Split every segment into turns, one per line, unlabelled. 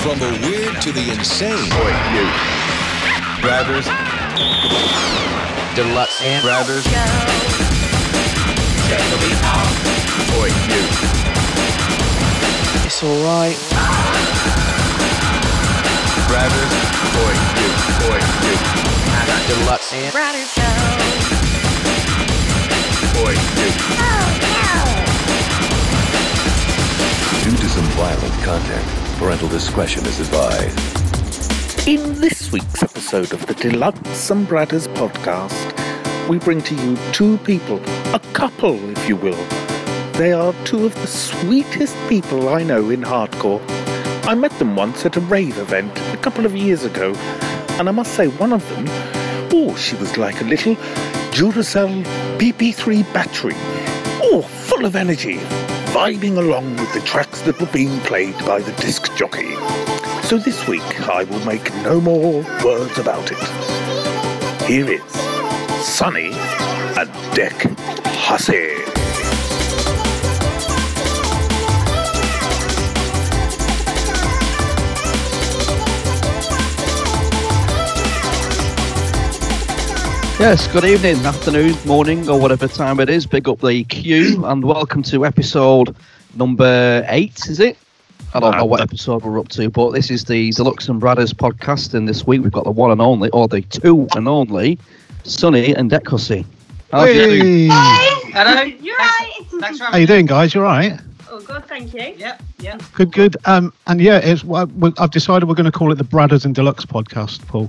From the weird to the insane.
Drivers. Deluxe and drivers. Boy, you.
It's all right.
Drivers. Boy, you. Boy, you. Deluxe and
Riders go.
boy, you.
Due to some violent content, parental discretion is advised.
In this week's episode of the Deluxe and Brothers podcast, we bring to you two people, a couple, if you will. They are two of the sweetest people I know in hardcore. I met them once at a rave event a couple of years ago, and I must say, one of them, oh, she was like a little Duracell PP3 battery, oh, full of energy, vibing along with the tracks that were being played by the disc jockey. So this week, I will make no more words about it. Here is Sonny and Dick Hussey.
Yes, good evening, afternoon, morning, or whatever time it is. Big up the queue and welcome to episode number eight, is it? I don't know what episode we're up to, but this is the Deluxe and Brothers podcast, and this week we've got the one and only, or the two and only, Sonny and Decussy. How do you do?
Hey.
Hello.
You're
Thanks-
right.
Thanks for
How
having
you
me.
doing, guys? You all right?
Oh, good, thank you.
Yep. Yep.
Good, good. Um, and yeah, it's well, we- I've decided we're going to call it the Bradders and Deluxe podcast, Paul.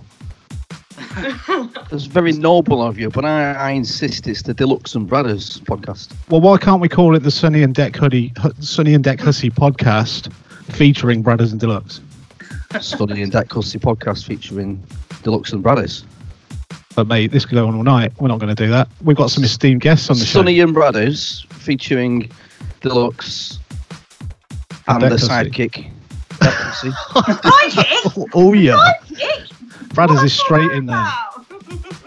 It's very noble of you, but I, I insist it's the Deluxe and Brothers podcast.
Well, why can't we call it the Sunny and Deck Hoodie, Hu- Sunny and Deck Hussy podcast, featuring Bradders and Deluxe?
Sonny and Decussy podcast featuring Deluxe and Brothers.
But mate, this could go on all night. We're not going to do that. We've got some esteemed guests on the show.
Sonny and Brothers featuring Deluxe and,
And
the
Decussy.
sidekick. Decussy.
Psychic?
Oh, oh yeah,
Psychic?
Bradders is straight in there.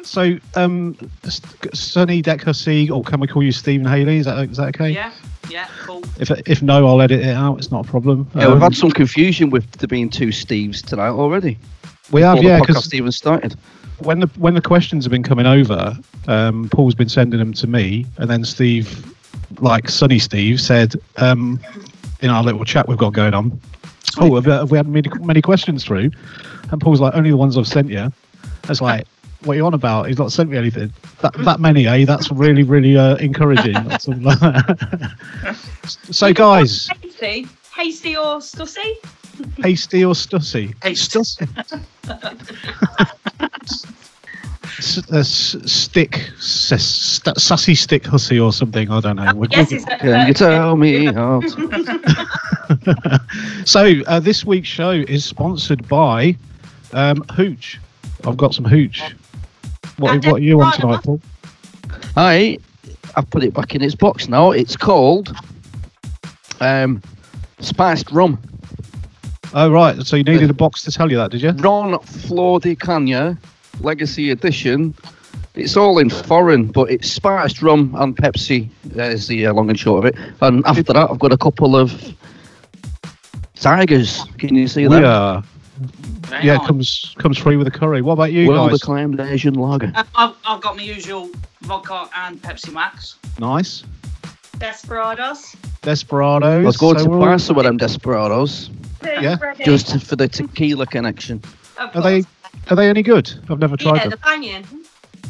So, um, S- Sunny Deck Hussy, or can we call you Stephen Haley? Is that is that okay?
Yeah. Yeah. Cool.
If if no, I'll edit it out. It's not a problem.
yeah, we've
Um,
had some confusion with there being two Steves tonight already.
we have,
before
yeah,
the
'cause-
podcast even started.
when the when the questions have been coming over, um, Paul's been sending them to me, and then Steve, like Sunny Steve, said um, in our little chat we've got going on, "Oh, have, have we had many, many questions through?" And Paul's like, "Only the ones I've sent you." It's like, "What are you on about? He's not sent me anything. That that many, eh? That's really really uh, encouraging." or something like that. so, guys,
Hasty? Hasty or stussy?
pasty or stussy?
Haste.
Stussy. S- uh, s- stick, s- st- sassy stick hussy or something. I don't know. We-
Oh, Yes,
we-
is that uh,
Can you tell me how? to-
so uh, this week's show is sponsored by um, Hooch. I've got some Hooch. What,
uh,
what are you on tonight, Paul?
I, I've put it back in its box now. It's called um, Spiced Rum.
Oh right, so you needed a box to tell you that, did you?
Ron Flor de Cagna Legacy Edition. It's all in foreign, but it's spiced rum and Pepsi. There's the uh, long and short of it. And after that, I've got a couple of tigers. Can you see
We
that?
are.
Right
Yeah,
on.
comes comes free with a curry. What about you
World
guys?
acclaimed Asian lager.
Uh, I've, I've got my usual vodka and Pepsi Max.
Nice.
Desperados?
Desperados.
I was going
so
to
we're all-
buy some of them desperados
Yeah,
Ready?
just for the tequila connection.
Of
Are
course.
they are they any good? I've never tried
yeah,
them.
the banging.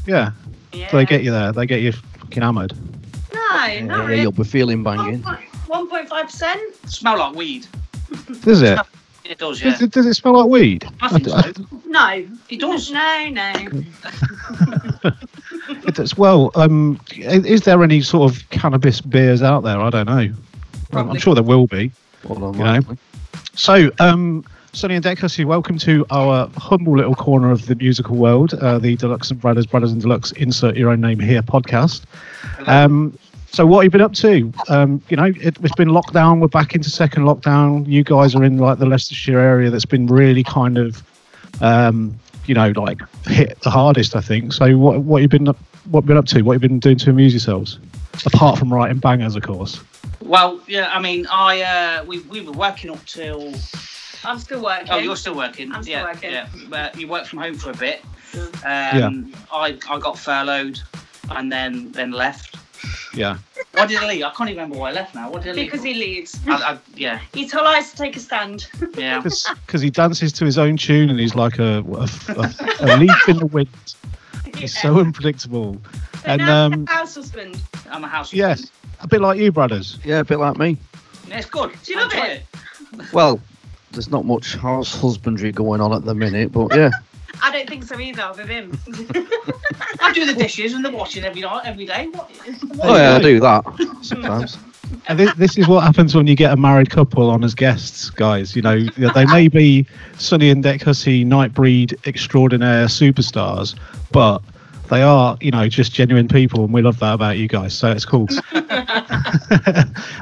Yeah.
Yeah.
So they get you there. They get you fucking hammered.
No,
Yeah,
no.
yeah, you'll be feeling banging.
1.5%?
Smell like weed.
Does it?
It does, yeah.
Does, it- does it smell like weed?
I think so.
No.
It does.
No, no.
It does. Well, um, i- is there any sort of cannabis beers out there? I don't know. I'm- I'm
Probably.
sure there will be.
Hold on,
You know.
likely.
So, um, Sonny and Dick Hussey, welcome to our humble little corner of the musical world, uh, the Deluxe and Brothers, Brothers and Deluxe, insert your own name here podcast. Um, so, what have you been up to? Um, you know, it, it's been lockdown. We're back into second lockdown. You guys are in like the Leicestershire area that's been really kind of, um, you know, like hit the hardest, I think. So, what what you been up, what been up to? What you been doing to amuse yourselves? Apart from writing bangers, of course.
Well, yeah. I mean, I uh, we we were working up till
I'm still working.
Oh, you're still working.
I'm still
yeah,
working.
Yeah, but you worked from home for a bit. Um,
Yeah.
I, I got furloughed and then then left.
Yeah.
Why did I leave? I can't even remember why I left now. What did I leave?
Because he leaves.
for? I, I, yeah,
He told us to take a stand.
yeah.
Because he dances to his own tune and he's like a, a, a, a leaf in the wind. He's so unpredictable.
So
And
now he's
um,
a house husband.
I'm a house.
yes, a bit like you, brothers.
Yeah, a bit like me.
Yeah, it's good.
Do you love
Enjoy
it?
Well, there's not much house husbandry going on at the minute, but yeah.
I don't think so either with him.
I do the dishes and the washing every night, every day. What?
Oh yeah, I do that sometimes.
And this, this is what happens when you get a married couple on as guests, guys. You know, they may be Sonny and Deck Hussey, Nightbreed, extraordinaire superstars, but they are, you know, just genuine people, and we love that about you guys. So it's cool.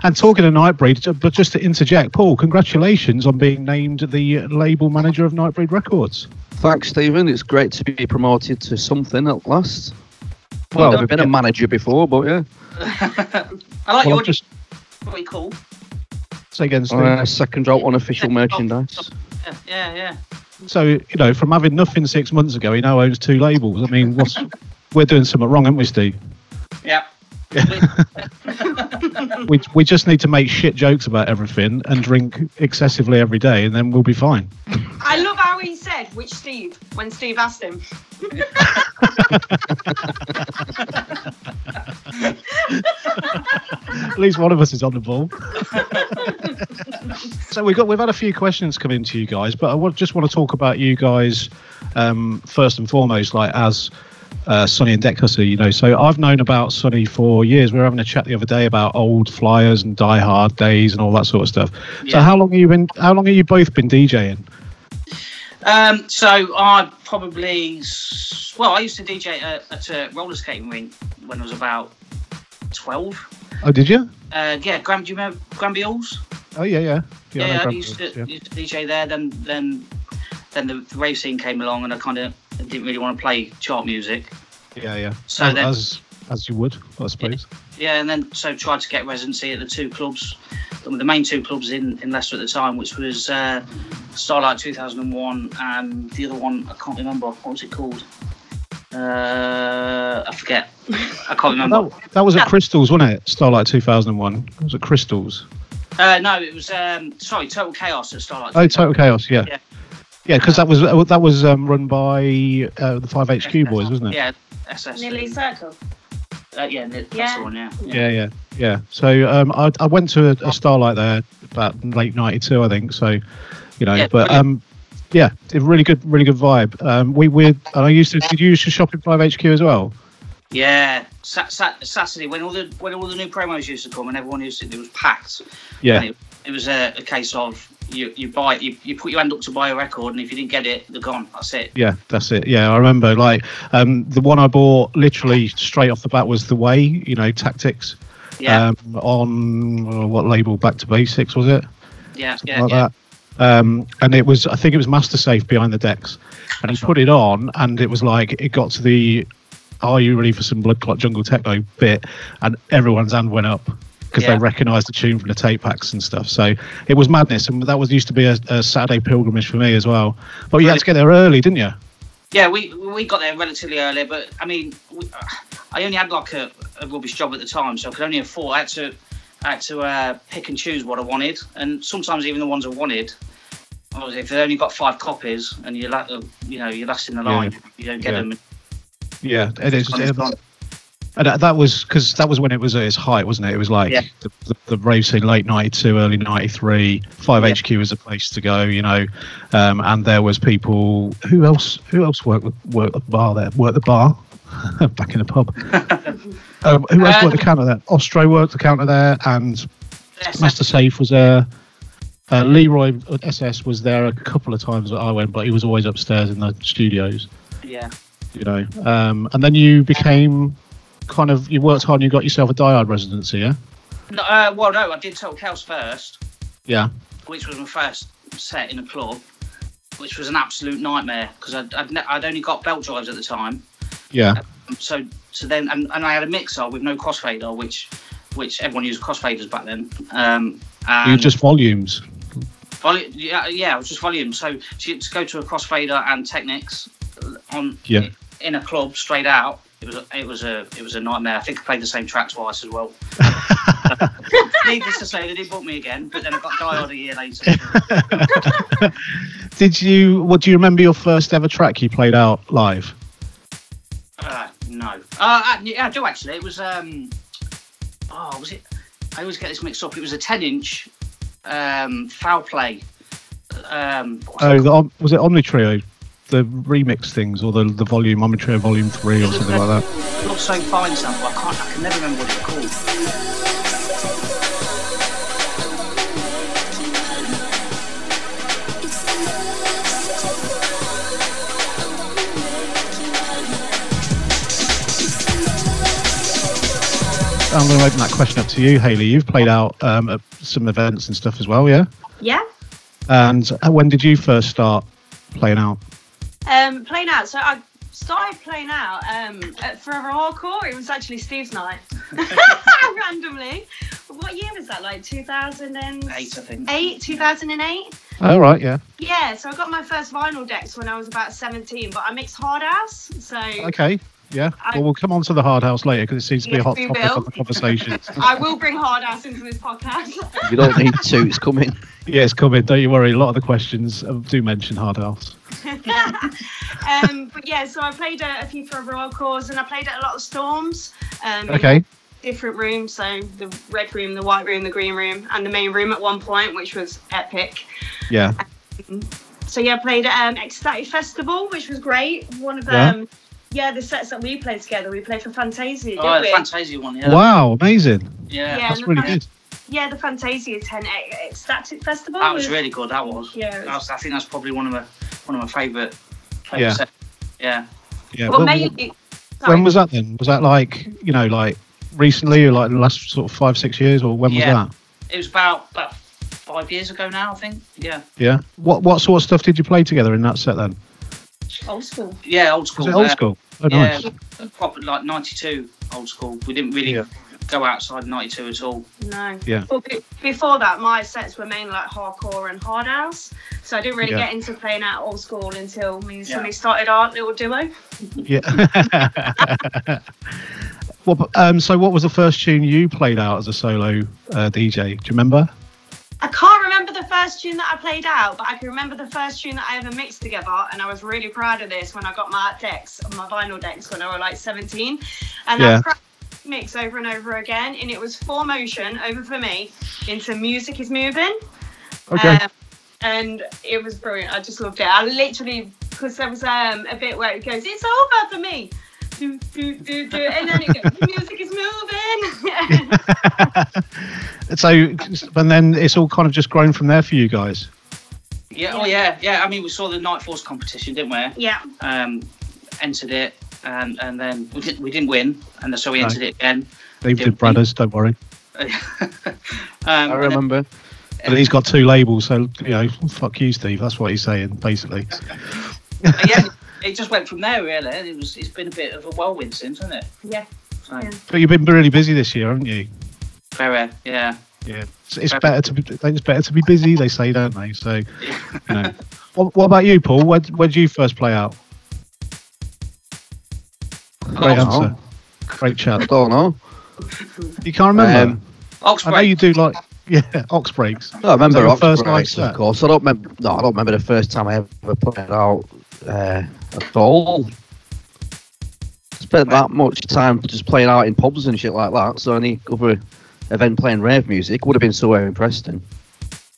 and talking of Nightbreed, ju- but just to interject, Paul, congratulations on being named the label manager of Nightbreed Records.
Thanks, Stephen. It's great to be promoted to something at last.
Well,
Well, I've been a
yeah.
manager before, but yeah,
I like
Well,
your
just
what you call.
say again, Steve.
uh, second drop on official merchandise.
Yeah, yeah, yeah.
So you know, from having nothing six months ago, he now owns two labels. I mean, what's we're doing something wrong, aren't we, Steve?
yeah.
We we just need to make shit jokes about everything and drink excessively every day, and then we'll be fine.
I love how he said which Steve when Steve asked him.
At least one of us is on the ball. so we've got we've had a few questions come in to you guys, but I wa- just want to talk about you guys um, first and foremost, like as uh, Sonny and Decussy, you know. So I've known about Sonny for years. We were having a chat the other day about old flyers and Die Hard days and all that sort of stuff. So
Yeah.
how long have you been? How long have you both been DJing?
Um, so I probably s- well, I used to DJ at, at a roller skating rink when I was about twelve.
Oh, did you?
Uh, yeah, Gram, do you remember Granby Halls?
Oh yeah, yeah.
Yeah,
I know
I
Grand
used
Prix,
to,
yeah.
used to DJ there. Then then then the rave scene came along, and I kind of didn't really want to play chart music.
Yeah, yeah.
So
as,
then-
as as you would, I suppose.
Yeah, and then so tried to get residency at the two clubs, the the main two clubs in, in Leicester at the time, which was uh, Starlight 2001 and the other one I can't remember. What was it called? Uh, I forget. I can't remember.
That, that was at Crystals, wasn't it? Starlight 2001. It was at Crystals.
Uh, no, it was um, sorry, Total Chaos at Starlight.
Oh, Total Chaos. Yeah.
Yeah.
Yeah, because that was that was um, run by uh, the Five HQ boys, wasn't it?
Yeah, SS.
Nearly circle.
Uh, yeah, Nil- that's
Yeah.
the one. Yeah.
yeah, yeah. yeah. So um, I, I went to a, a Starlight there about late '92, I think. So, you know,
Yeah,
but um, yeah, it really good, really good vibe. Um, we we and I used to did you used to shop in Five HQ as well?
Yeah, sa- sa- Saturday when all the when all the new promos used to come and everyone used to, it was packed.
Yeah,
And it, it was a, a case of you you buy you, you put your hand up to buy a record and if you didn't get it, they're gone. That's it.
Yeah, that's it. Yeah, I remember. Like um, the one I bought literally straight off the bat was the way. You know, tactics.
Yeah,
Um, on uh, what label? Back to basics was it?
yeah,
Something
yeah,
like
yeah.
that. Um, and it was, I think it was Master Safe behind the decks, and he put it on, and it was like it got to the "Are you ready for some blood clot jungle techno?" bit, and everyone's hand went up because they
Yeah.
recognised the tune from the tape packs and stuff. So it was madness, and that was used to be a, a Saturday pilgrimage for me as well. But you had to get there early, didn't you?
Yeah, we we got there relatively early, but I mean, we, I only had like a, a rubbish job at the time, so I could only afford. I had to I had to uh, pick and choose what I wanted, and sometimes even the ones I wanted. obviously, If they only got five copies and you're la- you know you're last in the
Yeah.
line, you don't get
Yeah.
them.
Yeah, it is.
It's gone.
um, And that, that was because that was when it was at its height, wasn't it? It was like
Yeah.
the, the, the rave scene, late '92, early '93. Five
Yeah.
HQ was a place to go, you know. Um, and there was people who else who else worked the- worked the bar there? Worked the bar back in the pub. um, who else worked the counter there? Ostro worked the counter there, and
Yes,
Master Safe was there. Uh, Leroy SS was there a couple of times that I went, but he was always upstairs in the studios
yeah.
you know. Um, and then you became kind of you worked hard and you got yourself a diehard residency, yeah.
No, uh, well, no, I did Total Chaos first.
Yeah.
which was my first set in a club, which was an absolute nightmare because I'd, I'd, ne- I'd only got belt drives at the time.
Yeah.
So so then and, and I had a mixer with no crossfader, which which everyone used crossfaders back then. Um, and
you just volumes.
Volu- yeah, yeah, it was just volume. So to, to go to a crossfader and technics on
Yeah.
in a club straight out, it was a- it was a it was a nightmare. I think I played the same track twice as well. Uh, Needless to say, they did book me again, but then I got dialed a year later.
Did you? What do you remember your first ever track you played out live?
Uh, no. Uh, I- yeah, I do actually. It was um, oh, was it? I always get this mixed up. It was a ten-inch um, foul play. Um, what's
Oh,
it
the, Om- was it Omni Trio, the remix things, or the the volume Omni Trio Volume Three, or something like that?
called? Love so fine, something. I can't. I can never remember what it's called.
I'm going to open that question up to you, Haley. You've played out um, at some events and stuff as well, yeah.
Yeah.
And uh, when did you first start playing out?
Um, playing out. So I started playing out um, at Forever Hardcore. It was actually Steve's night. Randomly. What year was that? Like 2008,
Eight, I think.
2008?
Oh, right, yeah.
Yeah, so I got my first vinyl decks when I was about 17, but I mixed hard ass. So
Okay, yeah.
I-
well, we'll come on to the hard house later because it seems to be a
Yes,
hot
we
topic
will.
of the conversation.
I will bring hard ass into this podcast.
You don't need to. It's coming.
yeah, it's coming. Don't you worry. A lot of the questions uh, do mention hard house.
um, but yeah, so I played at a few Forever Hardcores and I played at a lot of Storms. Um, in
Okay.
different rooms, so the red room, the white room, the green room, and the main room at one point, which was epic.
Yeah.
So yeah, I played at um, Ecstatic Festival, which was great. One of
Yeah.
um, yeah, the sets that we played together, we played for Fantasia, didn't
Oh, the
we?
Fantasia one. Yeah.
Wow, amazing.
Yeah.
Yeah.
That's
and the
really
fan-
good.
yeah, the Fantasia tent at Ecstatic Festival.
That was really good. That was.
Yeah, it
That was- I think that's probably one of my one of my favourite. favourite
Yeah.
sets. Yeah.
Yeah.
Well,
Well,
mainly,
when was that then? Was that like you know like recently or like the last sort of five six years or when
Yeah.
was that?
It was about about five years ago now. I think. Yeah.
Yeah. What what sort of stuff did you play together in that set then?
old school?
Yeah. Old
Was
school.
it old
uh,
school? Oh,
yeah,
nice.
proper like '92 old school. We didn't really
Yeah.
go outside '92 at all.
No.
Yeah.
Well, be- before that, my sets were mainly like hardcore and hard house, so I didn't really
Yeah.
get into playing out old school until me and
Yeah.
Sunny started our little duo.
Yeah. well, but, um, so what was the first tune you played out as a solo uh, DJ? Do you remember?
I can't remember the first tune that I played out, but I can remember the first tune that I ever mixed together, and I was really proud of this when I got my decks, my vinyl decks, when I was like 17, and
Yeah.
I cracked the mix over and over again, and it was four motion over for me into music is moving.
Okay.
Um, and it was brilliant. I just loved it. I literally, because there was um, a bit where it goes, it's over for me. Do, do, do, do. And then it goes, the music is moving.
so and then it's all kind of just grown from there for you guys.
Yeah, oh yeah, yeah. I mean, we saw the Night Force competition, didn't we?
yeah.
Um, entered it, and and then we didn't we didn't win, and so we
No.
entered it again.
They've
Yeah.
did brothers, don't worry.
um,
I remember.
But he's got two labels, so you know, fuck you, Steve. That's what he's saying, basically.
and then- yeah, it just went from there really. and It was it's been a bit of a whirlwind since, hasn't it?
Yeah.
So,
Yeah.
But you've been really busy this year, haven't you?
Very, yeah.
Yeah, it's, it's better to be, it's better to be busy. They say, don't they? So, you know. What, what about you, Paul? Where where did you first play out? Great
I don't
answer.
know.
Great
I
chat.
don't know.
You can't remember.
Um,
I know
Oxbreak.
you do like yeah ox breaks.
No, I remember
Was that your first
Oxford
night
Nights,
set?
of course. I don't remember. No, I don't remember the first time I ever played out uh, at all. Spent that much time just playing out in pubs and shit like that. So any other event playing rave music would have been somewhere in Preston.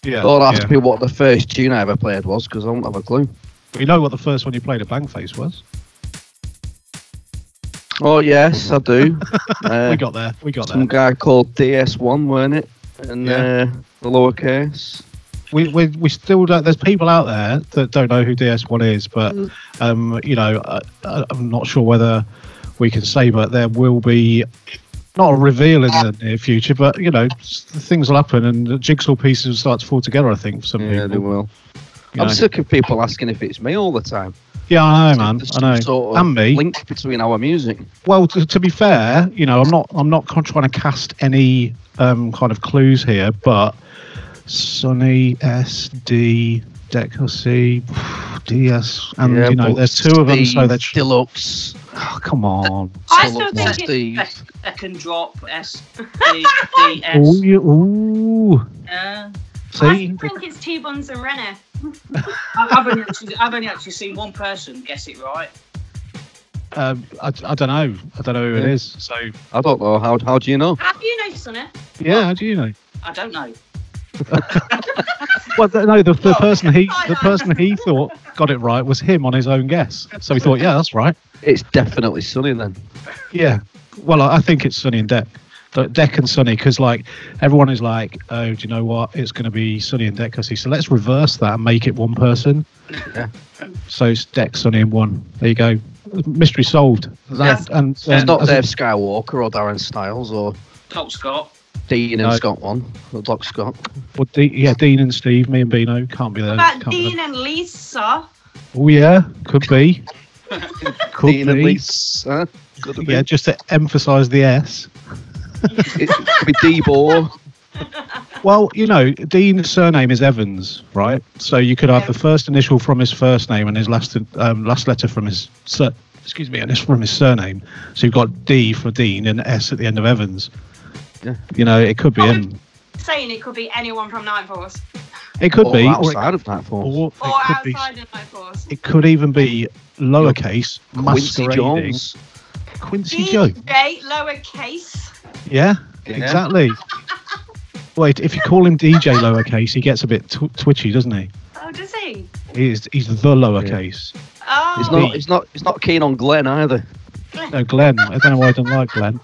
Yeah,
Don't ask
yeah.
me what the first tune I ever played was because I don't have a clue.
We know what the first one you played at Bangface was.
Oh yes, I do. Uh,
we got there. We got
some
there.
guy called DS1, weren't it? And
Yeah.
uh, the lowercase.
We, we, we still don't. There's people out there that don't know who DS1 is, but um, you know, I, I- I'm not sure whether we can say, but there will be not a reveal in the near future, but you know, s- things will happen and the jigsaw pieces will start to fall together. I think for some
Yeah, they
people.
will.
you
I'm
know.
sick of people asking if it's me all the time.
yeah, I know, man.
There's
I
some
know.
Sort of
and me.
link between our music.
Well, to, to be fair, you know, I'm not I'm not con- trying to cast any um, kind of clues here, but Sony SD, Decacy, DS, and you know
but
there's two of them, so
Steve
they're.
deluxe.
Oh, come on!
I still
Deluxe
think
Steve.
Sec- Second drop S D E, Uh, D
Ooh,
S.
you, ooh.
Yeah.
See,
I think it's T Bones and Renner.
I- I've only actually I've only actually seen one person guess it right.
um, I, I don't know. I don't know who it
Yeah.
is. So
I don't know. How, how do you know?
Have you noticed on it?
yeah, how do you know?
I don't know.
Well, th- no, the, the person he
I
the
know.
person he thought got it right was him on his own guess. So he thought, yeah, that's right.
It's definitely Sunny then.
Yeah. Well, I I think it's Sunny and Deck. De- Deck and Sunny, because like everyone is like, oh, do you know what? It's going to be Sunny and Deck. I see. So let's reverse that and make it one person. So it's Deck, Sunny, and one. There you go. Mystery solved.
That's-
That, and,
So it's
and-
not
as-
Dave Skywalker or Darren Styles or
Doc Scott.
Dean and
No.
Scott one or Doc Scott.
well, De- yeah, Dean and Steve, me and Beano can't be there.
About
can't be
Dean
there.
and Lisa.
Oh yeah, could be. could
Dean and
be.
Lise, huh? Could it be.
Yeah, just to emphasise the S.
It could be Debo.
Well, you know, Dean's surname is Evans, right? So you could have the first initial from his first name and his last um, last letter from his sur- excuse me, and it's from his surname. So you've got D for Dean and S at the end of Evans.
Yeah.
You know, it could be
Oh,
him.
Saying it could be anyone from Night Force
It could
or
be, or it,
outside of that form.
or
or
it could be.
outside of Night Force.
It could even be lowercase
Quincy
masquerading-
Jones.
Quincy Jones.
DJ lowercase.
Yeah,
Yeah.
exactly. Wait, if you call him DJ lowercase, he gets a bit tw- twitchy, doesn't he?
Oh, does he?
He is, he's the lowercase.
Oh,
He's not. He's not. He's not keen on Glenn either.
No, Glenn. I don't know why I don't like Glenn.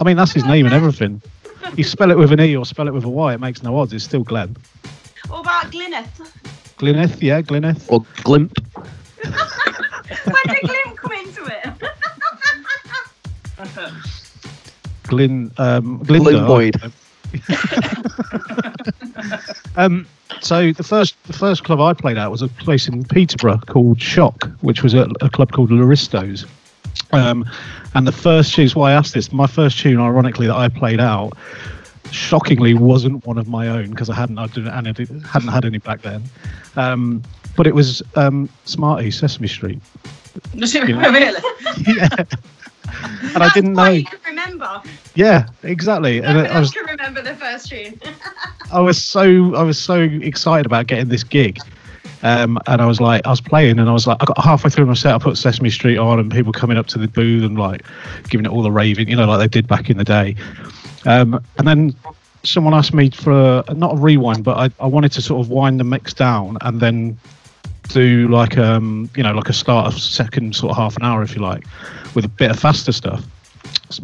I mean, that's his name and everything. You spell it with an E or spell it with a Y, it makes no odds. It's still Glenn.
What about Glyneth?
Glyneth, yeah, Glyneth.
Or Glimp.
When did Glynn come into it?
Glyn, um, Glinda.
Glimboid.
Um, so the first the first club I played at was a place in Peterborough called Shock, which was a, a club called Laristo's. Um, and the first tune, why I asked this, my first tune, ironically, that I played out, shockingly, wasn't one of my own because I hadn't I didn't, and I didn't- hadn't had any back then. Um, but it was um, Smarty Sesame Street,
Does it really?
and I didn't
Why
know.
you can remember.
Yeah, exactly. And
Nobody
I I
else
was
can remember the first tune.
I was so I was so excited about getting this gig. Um, and I was like, I was playing, and I was like, I got halfway through my set. I put Sesame Street on, and people coming up to the booth and like giving it all the raving, you know, like they did back in the day. Um, and then someone asked me for a, not a rewind, but I, I wanted to sort of wind the mix down and then do like um, you know, like a start of second sort of half an hour, if you like, with a bit of faster stuff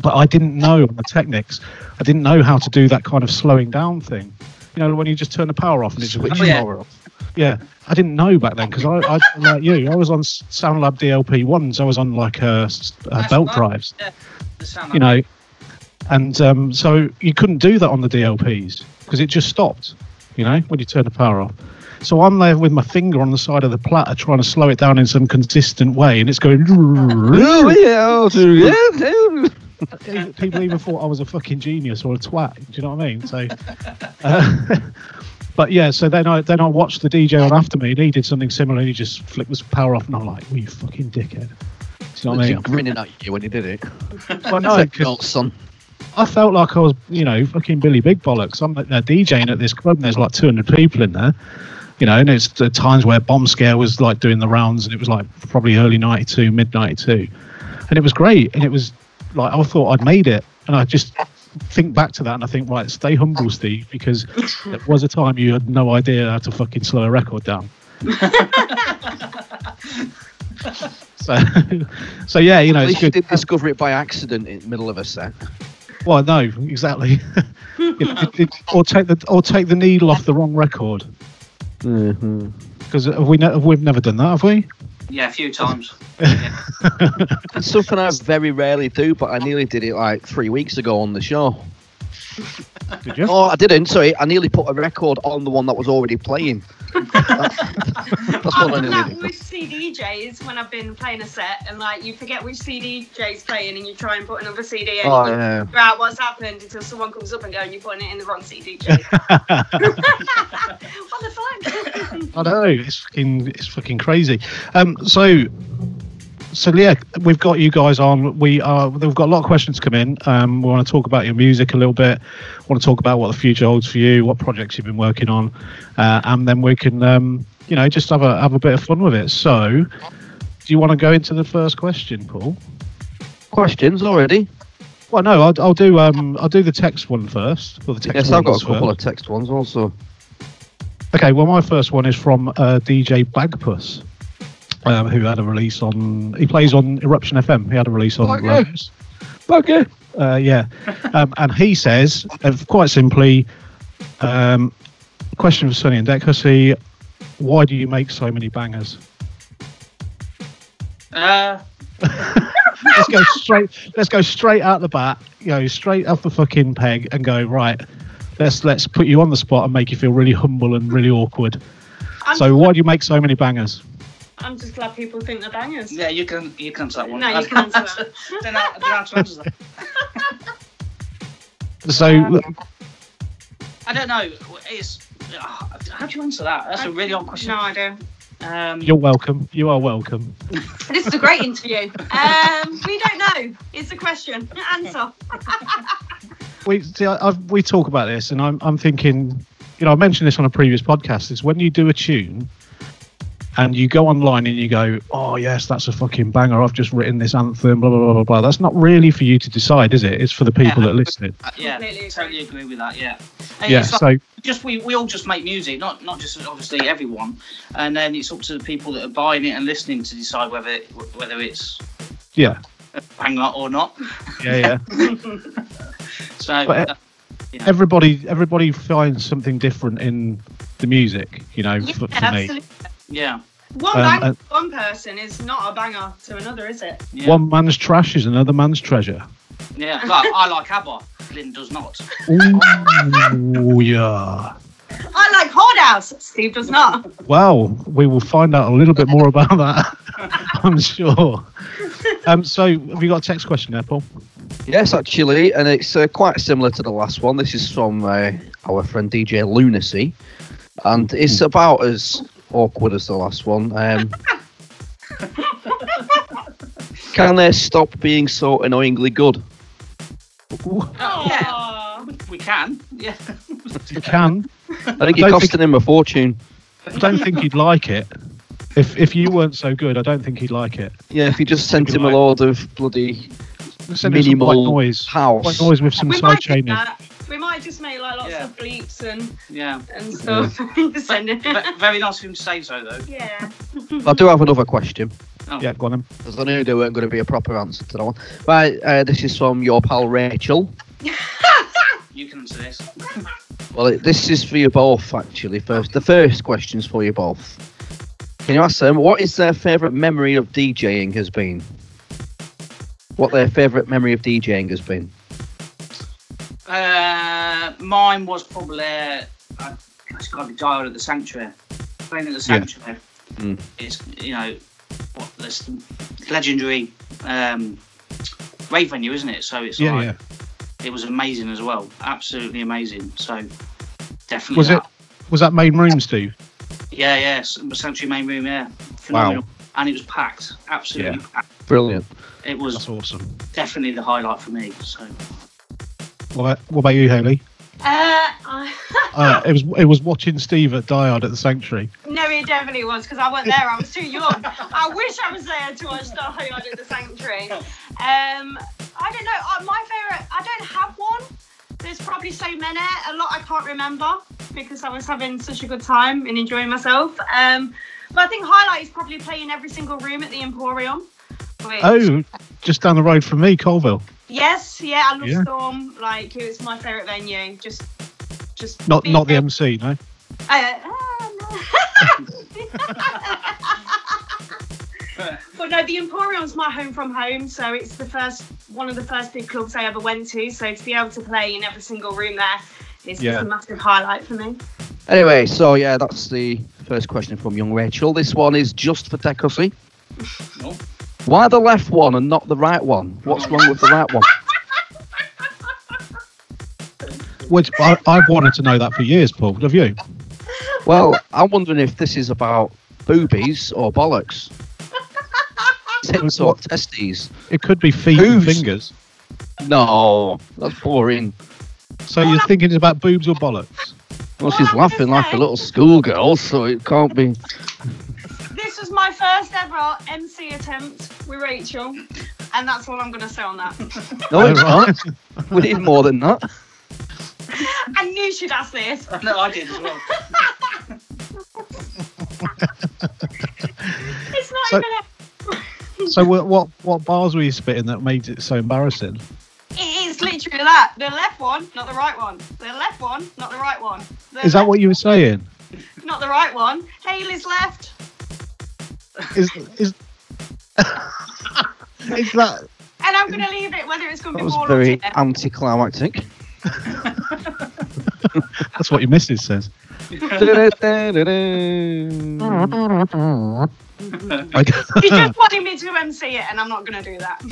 but I didn't know the techniques. I didn't know how to do that kind of slowing down thing. You know, when you just turn the power off and it's switch
Oh, yeah.
power off. Yeah, I didn't know back then because I, I, like you, I was on S- Sound Lab DLP ones. I was on like uh, s- uh,
That's
belt
fine.
drives,
Yeah, the sound
you
like-
know, and um, so you couldn't do that on the DLPs because it just stopped. You know, when you turn the power off. So I'm there with my finger on the side of the platter trying to slow it down in some consistent way, and it's going. even- people even thought I was a fucking genius or a twat. Do you know what I mean? So, uh, but yeah. So then I then I watched the DJ on after me, and he did something similar. And he just flicked his power off, and I'm like, "Well, you fucking dickhead." Do you know
Was
what I
he
mean?
grinning at you when he did it?
Well, no,
It's like,
'cause
"No, son.
I felt like I was, you know, fucking Billy Big Bollocks. I'm like, they're DJing at this club, and there's like 200 people in there. You know, and it's the times where Bomb Scare was like doing the rounds, and it was like probably early 92, mid 92. And it was great. And it was like, I thought I'd made it. And I just think back to that and I think, right, stay humble, Steve, because there was a time you had no idea how to fucking slow a record down. so, so yeah, you know,
At
it's
least you
good.
didn't discover it by accident in the middle of a set.
Well, no, exactly. You know, it- it- or take the or take the needle off the wrong record because we ne- we've never done that, have we?
Yeah, a few times.
It's something I very rarely do, but I nearly did it like three weeks ago on the show.
Did you?
Oh, I didn't. Sorry, I nearly put a record on the one that was already playing. That's
I've
what I
done that
needed.
with CDJs when I've been playing a set, and like you forget which CDJ's playing, and you try and put another CD in.
Oh,
and you
yeah.
Figure out what's happened until someone comes up and goes, "You're putting it in the wrong CDJ." what the fuck?
I know it's fucking it's fucking crazy. Um, so so Leah, we've got you guys on. We are we've got a lot of questions come in. Um, we want to talk about your music a little bit. Want to talk about what the future holds for you, what projects you've been working on, uh, and then we can um, you know just have a have a bit of fun with it. So. Do you want to go into the first question, Paul?
Questions already?
Well, no, I'll, I'll do um, I'll do the text one first. Or the text
Yes, I've got
ones
a couple of
first.
text ones also.
Okay, well, my first one is from uh, DJ Bagpuss, um, who had a release on. He plays on Eruption FM. He had a release on.
Okay.
Rose.
Okay.
Uh, yeah, um, and he says, uh, quite simply, um, question for Sonny and Decussy: Why do you make so many bangers?
Uh,
Let's go straight. Let's go straight out the bat. You know, straight off the fucking peg, and go right. Let's let's put you on the spot and make you feel really humble and really awkward.
I'm,
So why do you make so many bangers?
I'm just glad people think they're bangers.
yeah, you can you can answer that one.
No, you can answer that.
Don't know- don't know how to answer that.
So
I don't know. It's ah, how do you answer that? That's a really odd question.
No idea.
Um,
You're welcome. You are welcome.
This is a great interview. Um, we don't know. It's a question. Answer.
We see, I, I've, we talk about this, and I'm, I'm thinking, you know, I mentioned this on a previous podcast. Is when you do a tune, and you go online and you go, oh yes, that's a fucking banger. I've just written this anthem. Blah blah blah blah blah. That's not really for you to decide, is it? It's for the people that listen. it.
yeah,
Completely agree.
totally agree with that. Yeah. And
Yeah.
it's like-
So
just we, we all just make music, not not just obviously everyone, and then it's up to the people that are buying it and listening to decide whether it- whether it's
yeah,
bang on or not.
yeah, yeah.
So
But-
uh,
everybody, everybody finds something different in the music. You know,
Yeah,
for, for me.
absolutely.
yeah,
One
Um,
banger
uh,
to one person is not a banger to another, is it?
yeah,
One man's trash is another man's treasure.
yeah. But I like ABBA. Lynn does not.
Ooh, yeah.
I like Hoardhouse. Steve does not.
Well, we will find out a little bit more about that, I'm sure. Um, so, have you got a text question there, Paul?
Yes, actually, and it's uh, quite similar to the last one. This is from uh, our friend DJ Lunacy, and it's about as awkward as the last one. Um, can they stop being so annoyingly good?
Yeah.
We can. Yeah.
You can.
I think
I
it
don't
costing him a fortune.
I don't think he'd like it. If if you weren't so good, I don't think he'd like it.
Yeah, if you just sent him a
Right.
load of bloody
Send him some white
Minimal
noise. White
house.
noise with some
We
side
might do
chaining.
that. We might just make like lots
Yeah.
of bleeps and,
Yeah.
and stuff. Send it.
Ve- very nice of him to say so though.
yeah.
I do have another question.
Yeah, go on then.
Because I knew there weren't going to be a proper answer to that one. Right, uh, this is from your pal Rachel.
You can answer this.
Well, it, this is for you both, actually. First, the first question's for you both. Can you ask them what is their favourite memory of DJing has been? What their favourite memory of DJing has been?
Uh, mine was probably uh, I- it's got to be Dial at the Sanctuary. Playing at the Sanctuary.
Mm.
It's you know what this legendary um, rave venue, isn't it? So it's
Yeah,
like
yeah.
it was amazing as well. Absolutely amazing. So definitely
Was it?
that.
Was that main room, Stu?
Yeah, yeah. s- Sanctuary main room. Yeah, phenomenal. And it was packed. Absolutely packed.
Brilliant.
It was
That's awesome.
definitely the highlight for me. So
What about, what about you, Haley?
Uh, I,
Uh,
Oh.
it was it was watching Steve at Diard at the Sanctuary.
no, it definitely was because I wasn't there. I was too young. I wish I was there to watch the Hyde at the Sanctuary. Um, I don't know. Uh, my favorite. I don't have one. There's probably so many. A lot I can't remember because I was having such a good time and enjoying myself. Um, but I think highlight is probably playing every single room at the Emporium. Which,
Oh, just down the road from me, Colville.
Yes, yeah, I love
Yeah.
Storm. Like it was my favourite venue. Just, just
Not
being
not the
there.
MC, no.
Uh, oh, no. but no, the Emporium's my home from home, so it's the first one of the first big clubs I ever went to. So to be able to play in every single room there is
Yeah.
is a massive highlight for me.
Anyway, so yeah, that's the First question from young Rachel. This one is just for Decussy. Why the left one and not the right one? What's wrong with the right one?
Which I, I've wanted to know that for years, Paul. Have you?
Well, I'm wondering if this is about boobies or bollocks, tits or testes.
It could be feet and
Who's-
fingers.
No, that's boring.
So you're thinking about boobs or bollocks?
Well, she's laughing like a little schoolgirl, so it can't be.
This was my first ever MC attempt with Rachel, and that's all I'm going to say on that.
No, it's
right.
not. We need more than that.
I knew she'd ask this.
No, I did as well.
It's not
So-
even a.
So what, what what bars were you spitting that made it so embarrassing?
It is literally that. The left one, not the right one. The left one, not the right one. The
Is that
left-
what you were saying?
Not the right one. Haley's left.
Is is is that
And I'm going to leave it whether it's going
That
to be
was
ball or
very
tip.
anticlimactic.
that's what your missus says?
She just wanted me to MC it, and I'm not going to do that.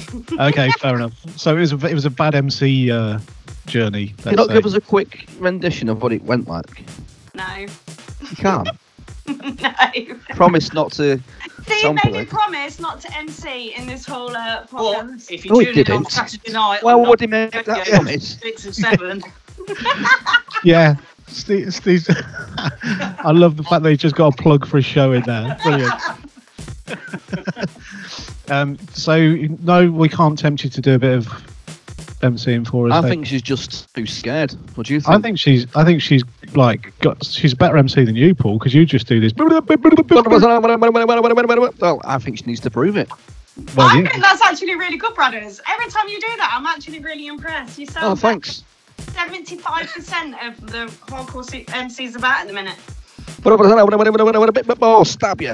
okay, fair enough. So it was a, it was a bad MC uh, journey.
Can you
let's
not give
say.
us a quick rendition of what it went like?
No.
You can't.
no.
Promise not to.
See, you
Sounds
made me
like-
promise not to MC in this whole uh,
Or
podcast.
if you
No, it
tune in on
didn't.
Saturday night,
Well,
on
would he make that
Yeah.
promise?
six and seven,
Yeah. Steve, Steve's I love the fact that he's just got a plug for a show in there. Brilliant. um, so, no, we can't tempt you to do a bit of emceeing for us.
I
eh?
think she's just too scared. What do you think?
I think she's. I think she's like got. She's a better MC than you, Paul, because you just do this. Well,
Well, I think she needs to prove it.
I
yeah.
think that's actually really good, brothers. Every time you do that, I'm actually really impressed. You
Oh,
sound like
thanks.
75% of the hardcore C- MCs about at the minute.
Oh, stab you.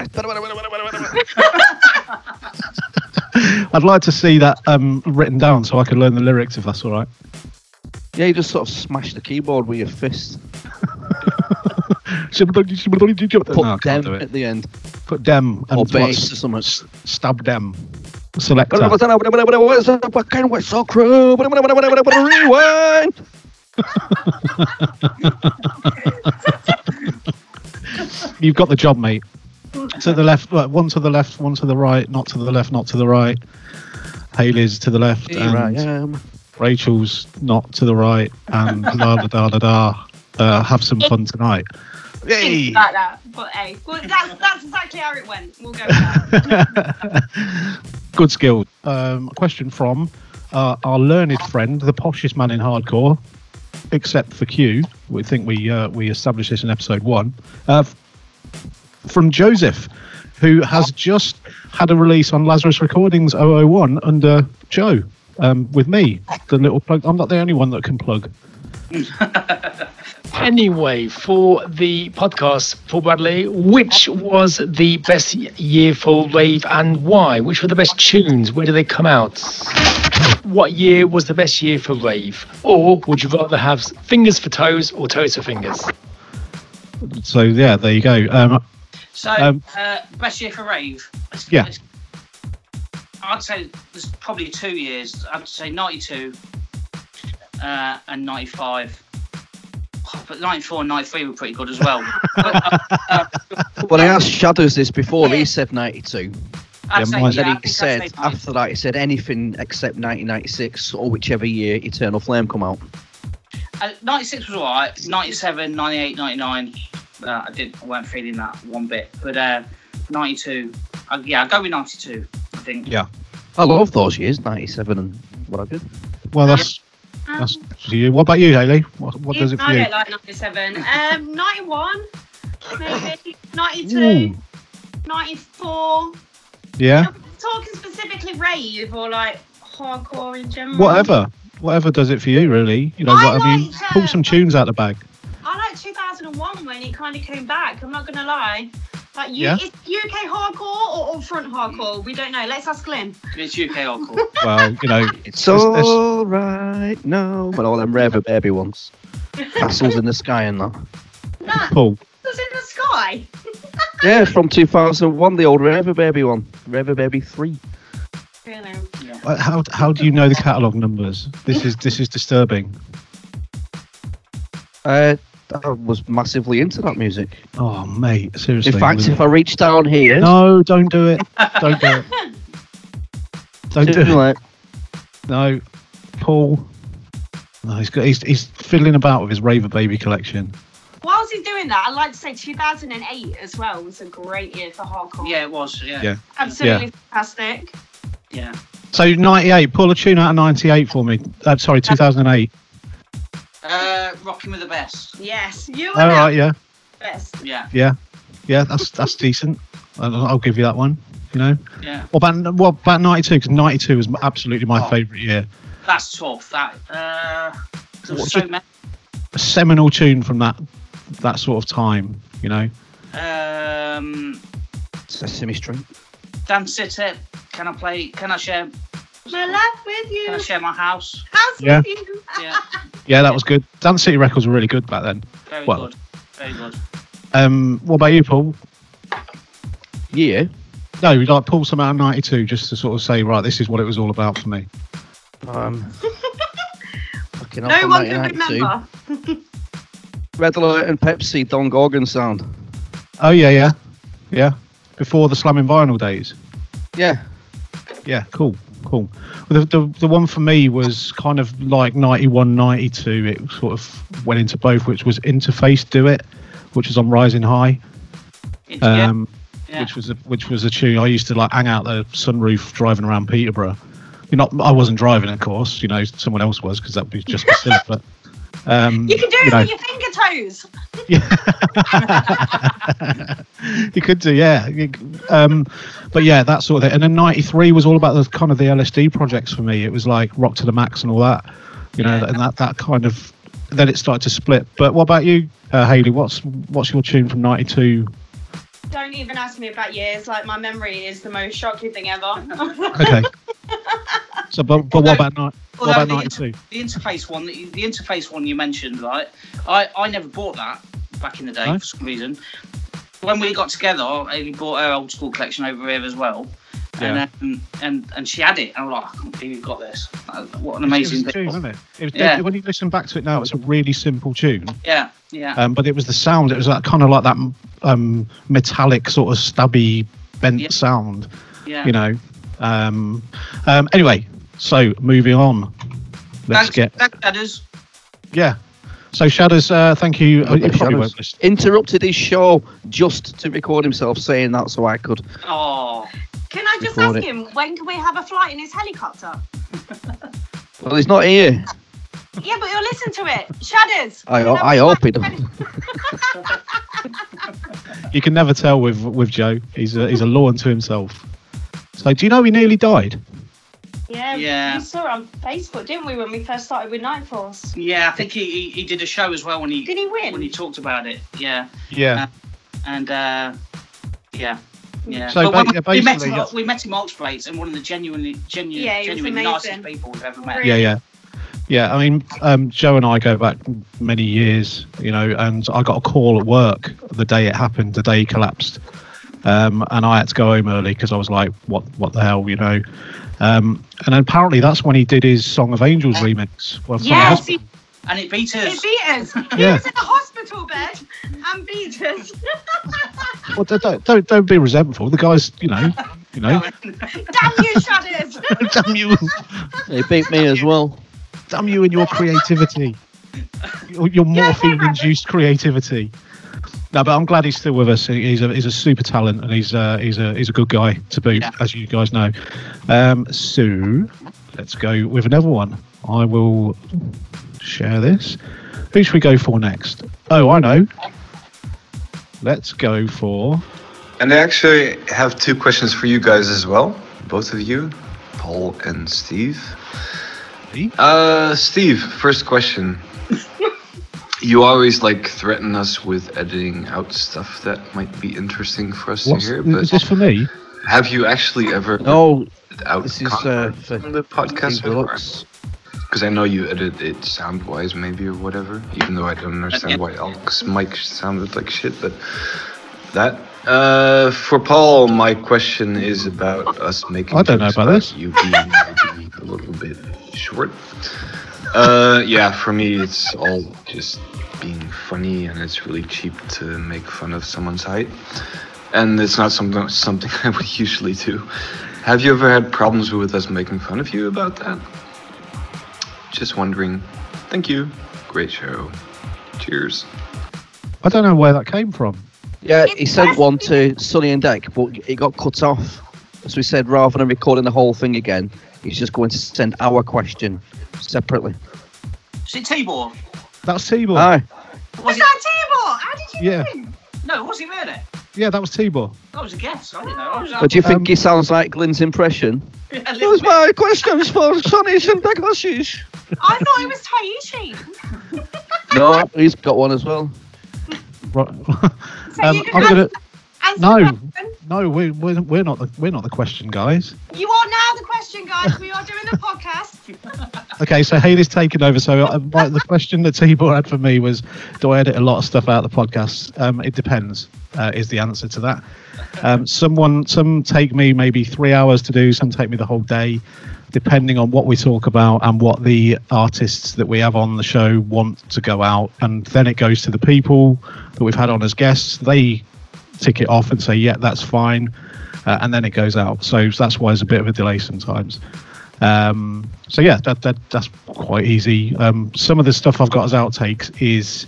I'd like to see that um, written down so I could learn the lyrics if that's all right.
Yeah, you just sort of smash the keyboard with your fist.
Put
Put
no, I can't
down
do it.
at the end.
Put dem and
Or
what,
bass or
s-
something.
s- stab dem. Selector.
Rewind.
You've got the job, mate. To the left, well, one to the left, one to the right, not to the left, not to the right. Haley's to the left, and
Here I am.
Rachel's not to the right, and la da da da da. Uh, have some fun tonight.
Things
Yay!
like that. But hey, well, that's, that's exactly how it went. We'll go with that.
Good skill. Um, a question from uh, our learned friend, the poshest man in hardcore, except for Q. We think we uh, we established this in episode one. Uh, f- from Joseph, who has just had a release on Lazarus Recordings 001 under Joe um, with me. The little plug. I'm not the only one that can plug.
Anyway, for the podcast, Paul Bradley, which was the best year for rave and why? Which were the best tunes? Where do they come out? What year was the best year for rave? Or would you rather have fingers for toes or toes for fingers?
So yeah, there you go. Um,
So,
Um,
uh, best year for rave.
Yeah.
I'd say there's probably two years. I'd say 92 uh, and 95. Oh, But 94 and 93 were pretty good as well. but, uh, uh,
Well, I asked Shadows this before, but he said 92.
I'd
Yeah,
say,
mine-
yeah, I
Then
think
he
I'd
said,
say mine.
after that, he said anything except 1996 or whichever year Eternal Flame come out.
Uh, 96 was alright. 97, 98, 99. Uh, I did. I weren't feeling that one bit. But uh, 92. Uh, yeah, I'd go with 92. I think.
Yeah.
I love those years, 97 and what I did.
well, that's that's for you. What about you, Haley? What, what does it for
I
you?
don't like 97. Um, 91, maybe. 92,
Ooh.
94.
Yeah.
Are we Talking specifically rave or like hardcore in general.
whatever whatever does it for you really you know
I
what i mean
like, uh,
pull some tunes out the bag
I like 2001 when it kind of came back. I'm not gonna lie. Like you,
Yeah.
it's UK hardcore or, or front hardcore? We don't know. Let's ask Glenn.
It's UK hardcore.
well you know
It's all right now. But all them Raver Baby ones. Castles in the Sky and that.
No,
paul
it's in the sky.
yeah, from 2001, the old River Baby one. River Baby 3.
Really?
Uh, How how do you know the catalog numbers? This is this is disturbing.
Uh, I was massively into that music.
Oh mate, seriously.
In fact, if I reach down here,
no, don't do it. Don't do it. Don't do
something
it.
like-
No, Paul. No, he's got he's, he's fiddling about with his Raver Baby collection.
Whilst he's doing that, I'd like to say 2008 as well was a great year for hardcore.
Yeah, it was. Yeah.
Yeah.
Absolutely fantastic.
Yeah.
So '98, pull a tune out of '98 for me. Uh, sorry, 2008.
Uh, rocking with the best.
Yes, you
All
are
right, yeah,
best.
Yeah.
yeah, yeah. That's that's decent. I'll, I'll give you that one. You know.
Yeah.
What about what about '92? Because '92 was absolutely my
Oh.
favourite year.
That's tough. That. Uh, there was
What's
so
it-
many.
A seminal tune from that that sort of time. You know.
Um,
Sesame Street.
Dan Sitter. Can I play? Can I share?
My love with
Can I
you.
share my house?
House
Yeah.
with you.
Yeah.
Yeah, that was good. Dance City Records were really good back then.
Very
Well.
good. Very good.
Um, what about you, Paul?
Yeah.
No, like pull some out of '92 just to sort of say, right, this is what it was all about for me.
Um, fucking hell,
No
from
one can
1992.
remember.
Red Alert and Pepsi, Don Gorgon sound.
Oh yeah, yeah, yeah. Before the slamming vinyl days.
Yeah.
Yeah, cool, cool. Well, the, the the one for me was kind of like 91, 92. It sort of went into both, which was Interface Do It, which was on Rising High,
It-
um,
yeah.
which was a, which was a tune I used to like hang out the sunroof driving around Peterborough. You know, I wasn't driving, of course. You know, someone else was because that would be just silly. But um,
You can do it
you know.
with your finger toes.
You could do, yeah. You c- Um, but yeah, that sort of thing. And then '93 was all about the kind of the LSD projects for me. It was like Rock to the Max and all that, you know, and that that kind of. Then it started to split. But what about you, uh, Haley? What's what's your tune from '92?
Don't even ask me about years. Like my memory is the most shocking thing ever.
Okay. so, but, but what about ni- what
Although
about
the inter-
'92?
The interface one, the, the interface one you mentioned, right? I, I never bought that back in the day
No?
for some reason. When we got together, Ailey bought her old school collection over here as well,
Yeah.
and um, and and she had it, and I'm like, I can't believe you got this. Uh, What an
It
amazing
was a tune,
thing!
wasn't it? It was
Yeah.
when you listen back to it now, it's a really simple tune.
Yeah, yeah,
um, but it was the sound. It was that kind of like that um, metallic sort of stubby bent
Yeah.
sound,
yeah.
you know. Um, um, anyway, so moving on. Let's
Thanks,
get
thanks, Dadders.
yeah. So Shadows, uh, thank you. Uh, you probably won't listen.
Interrupted his show just to record himself saying that so I could.
Oh,
Can I just
Record it.
ask him when can we have a flight in his helicopter?
Well, he's not here.
Yeah, but you'll listen to it. Shadows.
I,
you know,
I hope he doesn't.
You can never tell with with Joe. He's a, he's a law unto himself. So do you know he nearly died?
Yeah,
Yeah.
we saw it on Facebook, didn't we, when we first started with Night Force?
yeah. I think he, he, he did a show as well when he
Did he win?
when he talked about it. Yeah,
Yeah.
and uh, yeah. Yeah.
So
But
ba-
when we, we met
basically,
him,
yes.
we met him at Oxblades and one of the genuinely, genuine,
Yeah, he was
genuinely nicest
amazing.
people we've ever met.
yeah, yeah, yeah. I mean, um, Joe and I go back many years, you know, and I got a call at work the day it happened, the day he collapsed, um, and I had to go home early because I was like, "What, what the hell," you know. Um, and apparently, that's when he did his "Song of Angels" remix. Well, from the
Yes,
hospital.
he,
And it beat
he
us.
beat us. He
Yeah.
was in a hospital bed and beat us.
Well, don't- don't, don't don't be resentful. The guy's, you know, you know.
Damn you, Shadows.
damn you,
He beat me as well.
damn you, and your creativity, your, your morphine-induced creativity. No, but I'm glad he's still with us. He- He's a he's a super talent, and he's uh, he's a he's a good guy to boot,
Yeah.
as you guys know. Um, so let's go with another one. I will share this. Who should we go for next? Oh, I know. Let's go for
And I actually have two questions for you guys as well, both of you, Paul and Steve.
Steve?
Uh, Steve, first question. you always like threaten us with editing out stuff that might be interesting for us
what's
to hear, but
is this for me?
have you actually ever
No,
edited out
this is
content
uh, for
from the podcast
Steve Deluxe.
Because I know you edited it sound wise, maybe, or whatever, even though I don't understand why Elk's mic sounded like shit, but that Uh, for Paul, my question is about us making.
I don't know
jokes
about this.
You being maybe a little bit short. Uh, yeah, for me, it's all just being funny, and it's really cheap to make fun of someone's height, and it's not something something I would usually do. Have you ever had problems with us making fun of you about that? Just wondering. Thank you. Great show. Cheers.
I don't know where that came from.
Yeah, he sent one to Sunny and Deck, but it got cut off. So he said rather than recording the whole thing again, he's just going to send our question separately.
Is it Tibor?
That's Tibor.
Aye.
Was
Was
it?
that Tibor? How did you
Yeah.
win?
No, was it really?
Yeah, that was Tibor.
That was a guess. I didn't know. I was,
But do you think
Um,
he sounds like Glenn's impression?
a
That
little
was
bit-
my questions for Sunny and Deck Lashes.
I thought it was Taishi.
No, he's got one as well.
Right.
So
um,
you can
I'm
have-
gonna.
answer
No.
the question.
No, we, we're, we're not the we're not the question guys.
You are now the question, guys. We are doing the podcast.
Okay, so Haley's taken over. So uh, my, the question that Tibor had for me was, do I edit a lot of stuff out of the podcast? Um, it depends. Uh, is the answer to that? Um, someone some take me maybe three hours to do. Some take me the whole day, depending on what we talk about and what the artists that we have on the show want to go out. And then it goes to the people that we've had on as guests. They tick it off and say, yeah, that's fine. Uh, and then it goes out. So that's why there's a bit of a delay sometimes. Um, so yeah, that, that that's quite easy. Um, some of the stuff I've got as outtakes is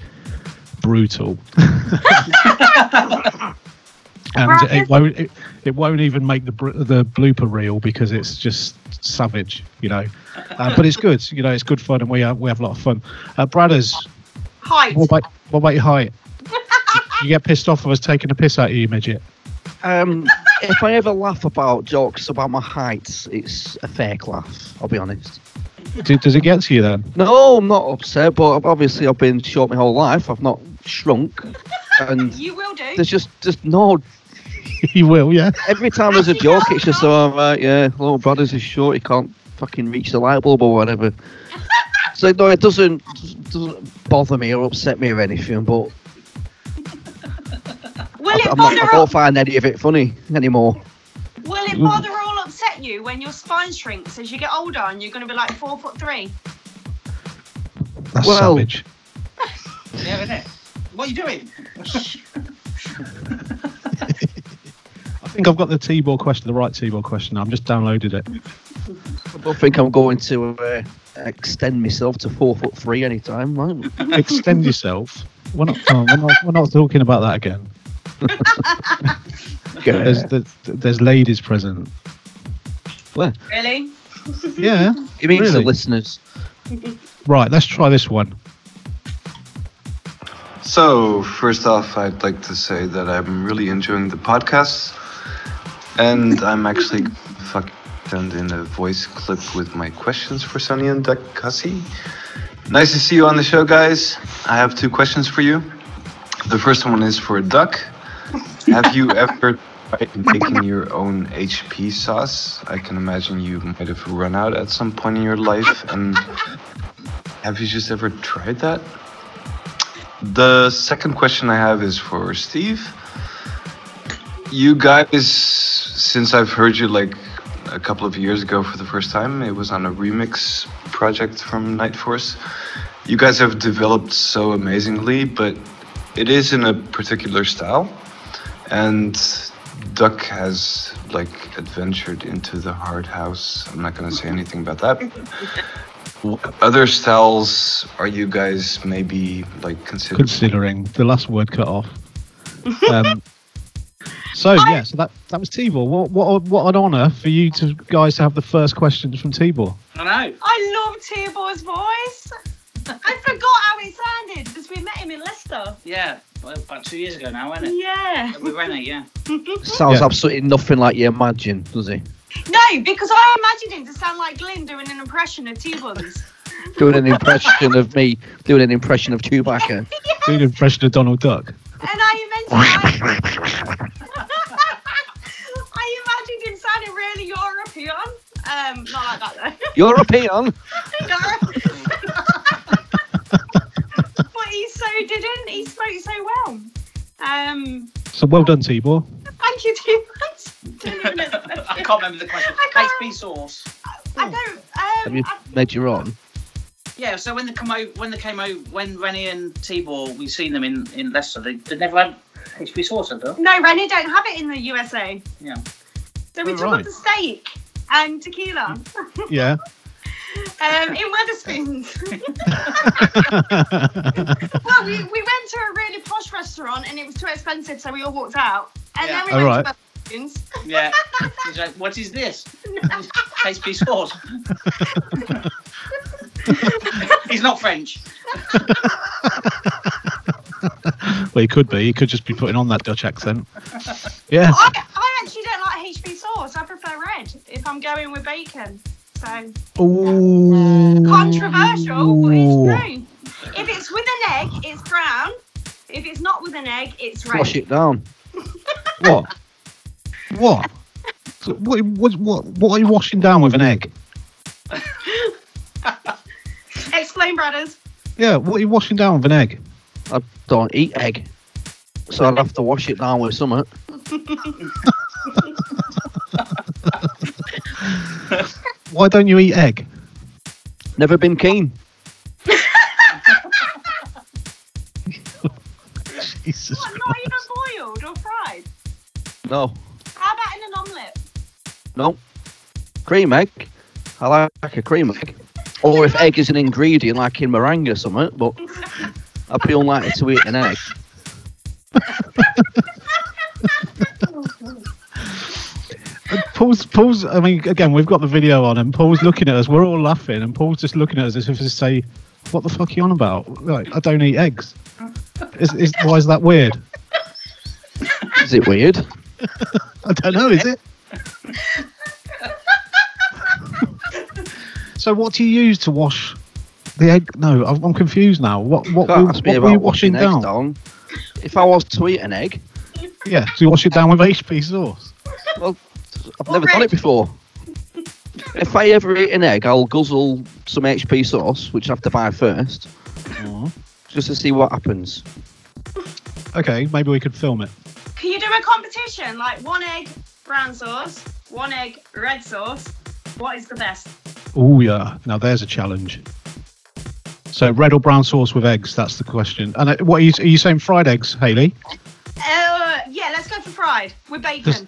brutal, and it won't it, it won't even make the br- the blooper reel because it's just savage, you know. Uh, but it's good, you know, it's good fun, and we have we have a lot of fun. Uh, Bradders,
Height.
what about what about your height? You get pissed off of us taking a piss out of you, midget.
Um, if I ever laugh about jokes about my height, it's a fake laugh. I'll be honest.
Do, does it get to you then?
No, I'm not upset, but I've- obviously I've been short my whole life. I've not shrunk, and
You will do.
there's just just no.
you will, yeah.
Every time there's a joke, it's just oh right, yeah, little brothers is short. He can't fucking reach the light bulb or whatever. So no, it doesn't doesn't bother me or upset me or anything, but
Will
I-
it
I'm not,
bother
I
all,
don't find any of it funny anymore.
Will
Mm.
it bother or all upset you when your spine shrinks as you get older and you're going to be like four foot three?
That's
Well-
savage.
Yeah, isn't it? What are you doing?
I think I've got the T-ball question, the right T-ball question. I've just downloaded it.
I don't think I'm going to uh, extend myself to four foot three anytime. Right?
extend yourself. We're not, come on, we're not, we're not talking about that again. There's, there's, there's ladies present.
Really?
Yeah.
It means the
Really?
listeners.
Right, let's try this one.
So, first off, I'd like to say that I'm really enjoying the podcast, and I'm actually fucking done in a voice clip with my questions for Sonny and Duck Hussey. Nice to see you on the show, guys. I have two questions for you. The first one is for Duck. Have you ever tried making your own HP sauce? I can imagine you might have run out at some point in your life, and have you just ever tried that? The second question I have is for Steve. You guys, since I've heard you like a couple of years ago for the first time, it was on a remix project from Night Force. You guys have developed so amazingly, but it is in a particular style. And Duck has like adventured into the hard house. I'm not going to say anything about that. What other styles are you guys maybe like considering?
Considering the last word cut off. Um, so yeah, so that that was Tibor. What what what an honour for you to guys to have the first questions from Tibor.
I know.
I love Tibor's voice. I forgot how it sounded because we met him in Leicester.
Yeah, well, about two years ago now, wasn't it?
Yeah.
We ran it, yeah.
Sounds
Yeah.
absolutely nothing like you imagine, does he?
No, because I imagined him to sound like Glyn doing an impression of Tibor's.
Doing an impression of me, doing an impression of Chewbacca.
Do an impression of Donald Duck.
And I imagined. I imagined him sounding really European. Um, not like that
European.
though. No. but he so didn't. He spoke so well. Um,
So well done, Tibor.
Thank you, too much.
I can't remember the question.
I can't-
HP sauce.
I don't. Um,
Have you
I-
made your own?
Yeah, so when they come over, when they came over, when Rennie and Tibor, we seen them in, in Leicester. They, they never had HP sauce, have they?
no, Rennie don't have it in the USA.
Yeah.
So we
Oh,
took
right.
up the steak and tequila
Yeah.
um, in Weatherspoons. well, we, we went to a really posh restaurant and it was too expensive, so we all walked out. And
Yeah.
then we
All
went
right.
to Weatherspoons.
Yeah. He's like, what is this? HP sauce. He's not Oh, French.
Well, he could be. He could just be putting on that Dutch accent. Yeah.
I, I actually don't like HP sauce. I prefer red if I'm going with bacon. So
Ooh.
controversial, but it's true. If it's with an egg, it's brown. If it's not with an egg, it's red.
Wash it down.
What? What? So What, what, what, what are you washing down with an egg?
Explain, brothers.
Yeah, what are you washing down with an egg?
I don't eat egg, so I'd have to wash it down with something.
Why don't you eat egg?
Never been keen.
Jesus
What, not even boiled or fried?
No,
How about in an omelette?
no. Cream egg. I like a cream egg. Or if egg is an ingredient, like in meringue or something, but I'd be unlikely to eat an egg.
Paul's, Paul's. I mean, again, we've got the video on, and Paul's looking at us. We're all laughing, and Paul's just looking at us as if to say, "What the fuck are you on about? Like, I don't eat eggs. Is, is why is that weird?
Is it weird?
I don't know. Is it? so, what do you use to wash the egg? No, I'm, I'm confused now. What what,
Can't
were-
ask me
what were you
about washing
washing down?
eggs down. If I was to eat an egg,
Yeah, so you wash it down with HP sauce.
Well, I've
Or
never done
red.
it before. If I ever eat an egg, I'll guzzle some HP sauce, which I have to buy first, just to see what happens.
Okay, maybe we could film it.
Can you do a competition? Like one egg, brown sauce, one egg, red sauce. What is the best?
Oh yeah. Now there's a challenge. So red or brown sauce with eggs? That's the question. And uh, what are you, are you saying? Fried eggs, Haley?
Uh, yeah, let's go for fried with bacon.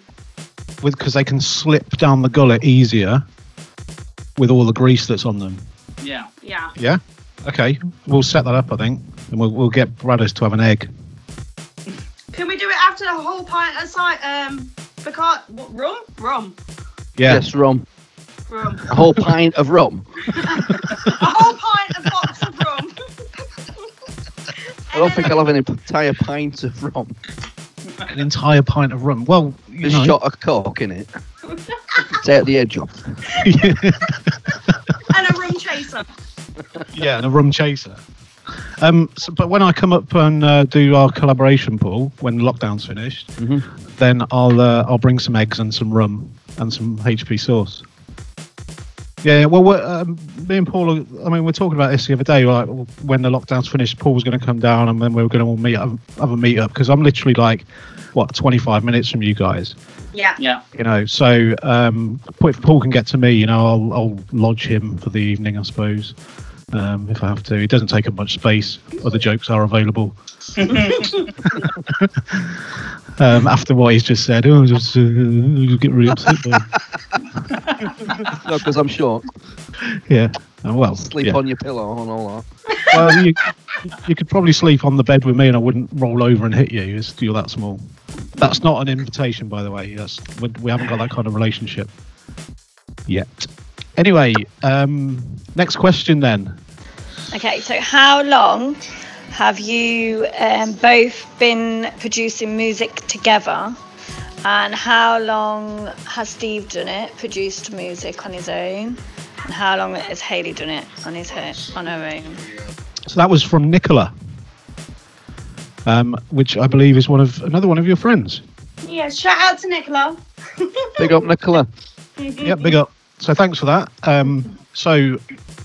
With because they can slip down the gullet easier with all the grease that's on them.
Yeah.
Yeah.
Yeah. Okay. We'll set that up, I think, and we'll, we'll get Bradders to have an egg.
Can we do it after a whole pint of si- um, Bacar- what, rum? Rum.
Yeah.
Yes, rum.
Rum.
A whole pint of rum.
A whole pint of box of rum.
I don't think I'll have an entire pint of rum.
An entire pint of rum. Well, you
Just
know.
shot of coke in it. Take the edge off.
and a rum chaser.
yeah, and a rum chaser. Um, so, but when I come up and uh, do our collaboration pool when lockdown's finished,
Mhm.
then I'll uh, I'll bring some eggs and some rum and some HP sauce. Yeah, well, we're, um, me and Paul, are- I mean, we are talking about this the other day. Like, when the lockdown's finished, Paul was going to come down, and then we were going to all meet up, have a meet up because I'm literally like, what, 25 minutes from you guys
Yeah.
Yeah.
you know. So um, if Paul can get to me, you know, I'll, I'll lodge him for the evening, I suppose, um, if I have to. He doesn't take up much space. Other jokes are available. um, after what he's just said, oh, just uh, get really upset. but-
No, because I'm short.
yeah. Oh, well,
Sleep
yeah.
on your pillow and all that.
well, you, you could probably sleep on the bed with me, and I wouldn't roll over and hit you. It's, you're that small. That's not an invitation, by the way. That's we, we haven't got that kind of relationship yet. Anyway, um, next question then.
Okay, so how long have you um, both been producing music together? And how long has Steve done it, produced music on his own? And how long has Haley done it on his her, on her own?
So that was from Nicola, um, which I believe is one of another one of your friends.
Yeah. Shout out to Nicola.
Big up, Nicola.
Yeah, big up. So thanks for that. Um, so,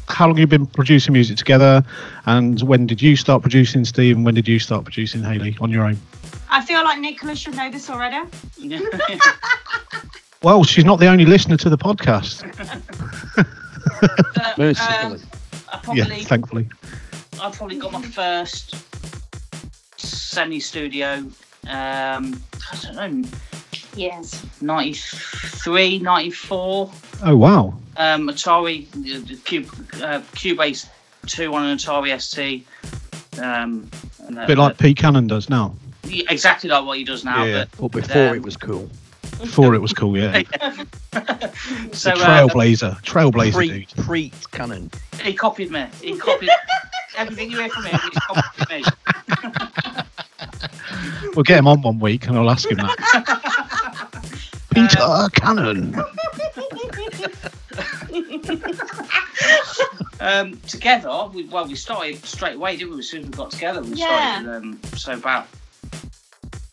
how long have you been producing music together, and when did you start producing, Steve? And when did you start producing, Haley, on your own?
I feel like Nicola should know this already.
Well, she's not the only listener to the podcast.
But, um, I
yeah,
probably,
thankfully.
I probably got my first semi-studio. Um, I don't know,
Yes.
93, 94.
Oh wow.
Um, Atari, the- the Cube, uh, Cubase 2 on an Atari ST. Um, and, uh,
A bit like Pete Cannon does now.
Yeah, exactly like what he does now.
Yeah,
but,
but
before
it was cool.
Before it was cool, yeah.
so
The
uh,
trailblazer. Trailblazer
Pre-
dude.
Preet Cannon.
he copied me. He copied everything you hear from him. He's copied me.
We'll get him on one week and I'll ask him that. Peter
Uh,
Cannon.
um, together, we, well, we started straight away, didn't we? As soon as we got together, we
Yeah.
started. Um, so about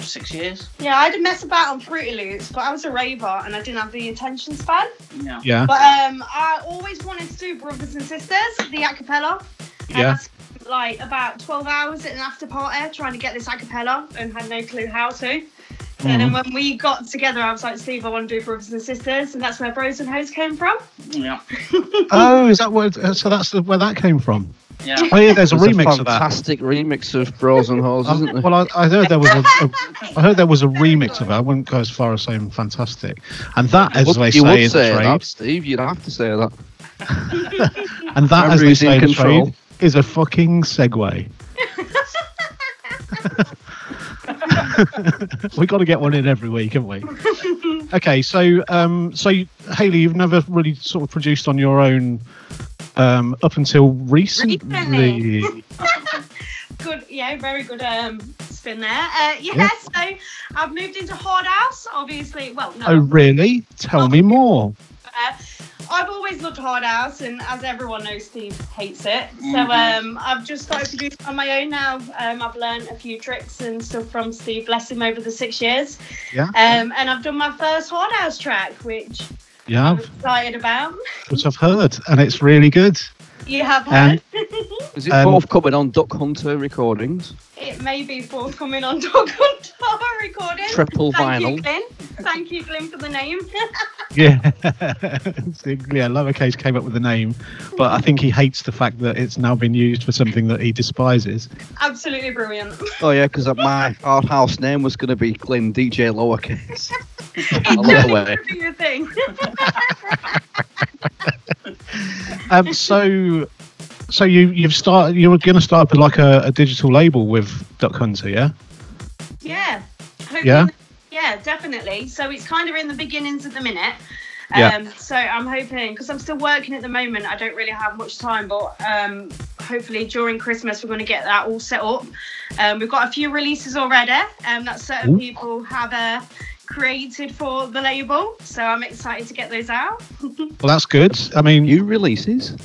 six years.
Yeah, I had to mess about on Fruity Loops, but I was a raver and I didn't have the attention span.
Yeah.
Yeah.
But um, I always wanted to do Brothers and Sisters, the a cappella.
Yeah.
Like about 12 hours at an after party trying to get this a cappella and had no clue how to. And then
Mhm.
when we got together, I was like, Steve, I want to do Brothers and Sisters, and that's where Bros and Hoes came from.
Yeah.
Oh, is that where? uh, So that's the, where that came from.
Yeah.
Oh yeah, there's a
There's
remix of that. Um,
fantastic remix of Bros and Hoes, isn't there?
Well, I, I heard there was a, a, I heard there was a remix of it. I wouldn't go as far as saying fantastic. And that, as
Well,
they
you
say,
would
is a
say that,
trade.
Steve. You'd have to say that.
And that, as they
Memories in
say, in the
control.
trade, is a fucking segue. we got to get one in every week, haven't we? Okay, so um, so you- Haley, you've never really sort of produced on your own um, up until recently.
Recently. Good, yeah, very good um, spin there. Uh, yeah,
Yeah.
so I've moved into Hard House, obviously. Well, no.
oh, really? Tell me more.
Uh, I've always loved Hard House, and as everyone knows, Steve hates it. So
Mm-hmm.
Mhm.
um, I've just started producing on my own now. Um, I've learned a few tricks and stuff from Steve, bless him, over the six years.
Yeah.
Um, and I've done my first Hard House track, which
Oh.
Yeah,
I'm
I've-
excited about.
which I've heard, and it's really good.
You have
Um,
heard.
Is it
Um,
forthcoming on Duck Hunter recordings?
it may be forthcoming on Dog on Tour recording.
Triple
Thank
vinyl.
you, Glyn. Thank you, Glyn, for the name.
Yeah, So, yeah. Lowercase came up with the name, but I think he hates the fact that it's now been used for something that he despises.
Absolutely brilliant.
Oh yeah, because my hard house name was going to be Glenn DJ Lowercase.
It
love
doesn't
it.
be a thing.
Um, so, so you you've started. You were going to start up like a, a digital label with Duck Hunter, yeah?
Yeah. Hopefully-
Yeah?
Yeah, definitely. So it's kind of in the beginnings at the minute. Um,
Yeah.
So I'm hoping because I'm still working at the moment. I don't really have much time, but um, hopefully during Christmas we're going to get that all set up. Um, we've got a few releases already um, that certain
Ooh.
people have uh, created for the label. So I'm excited to get those out.
Well, that's good. I mean,
New releases.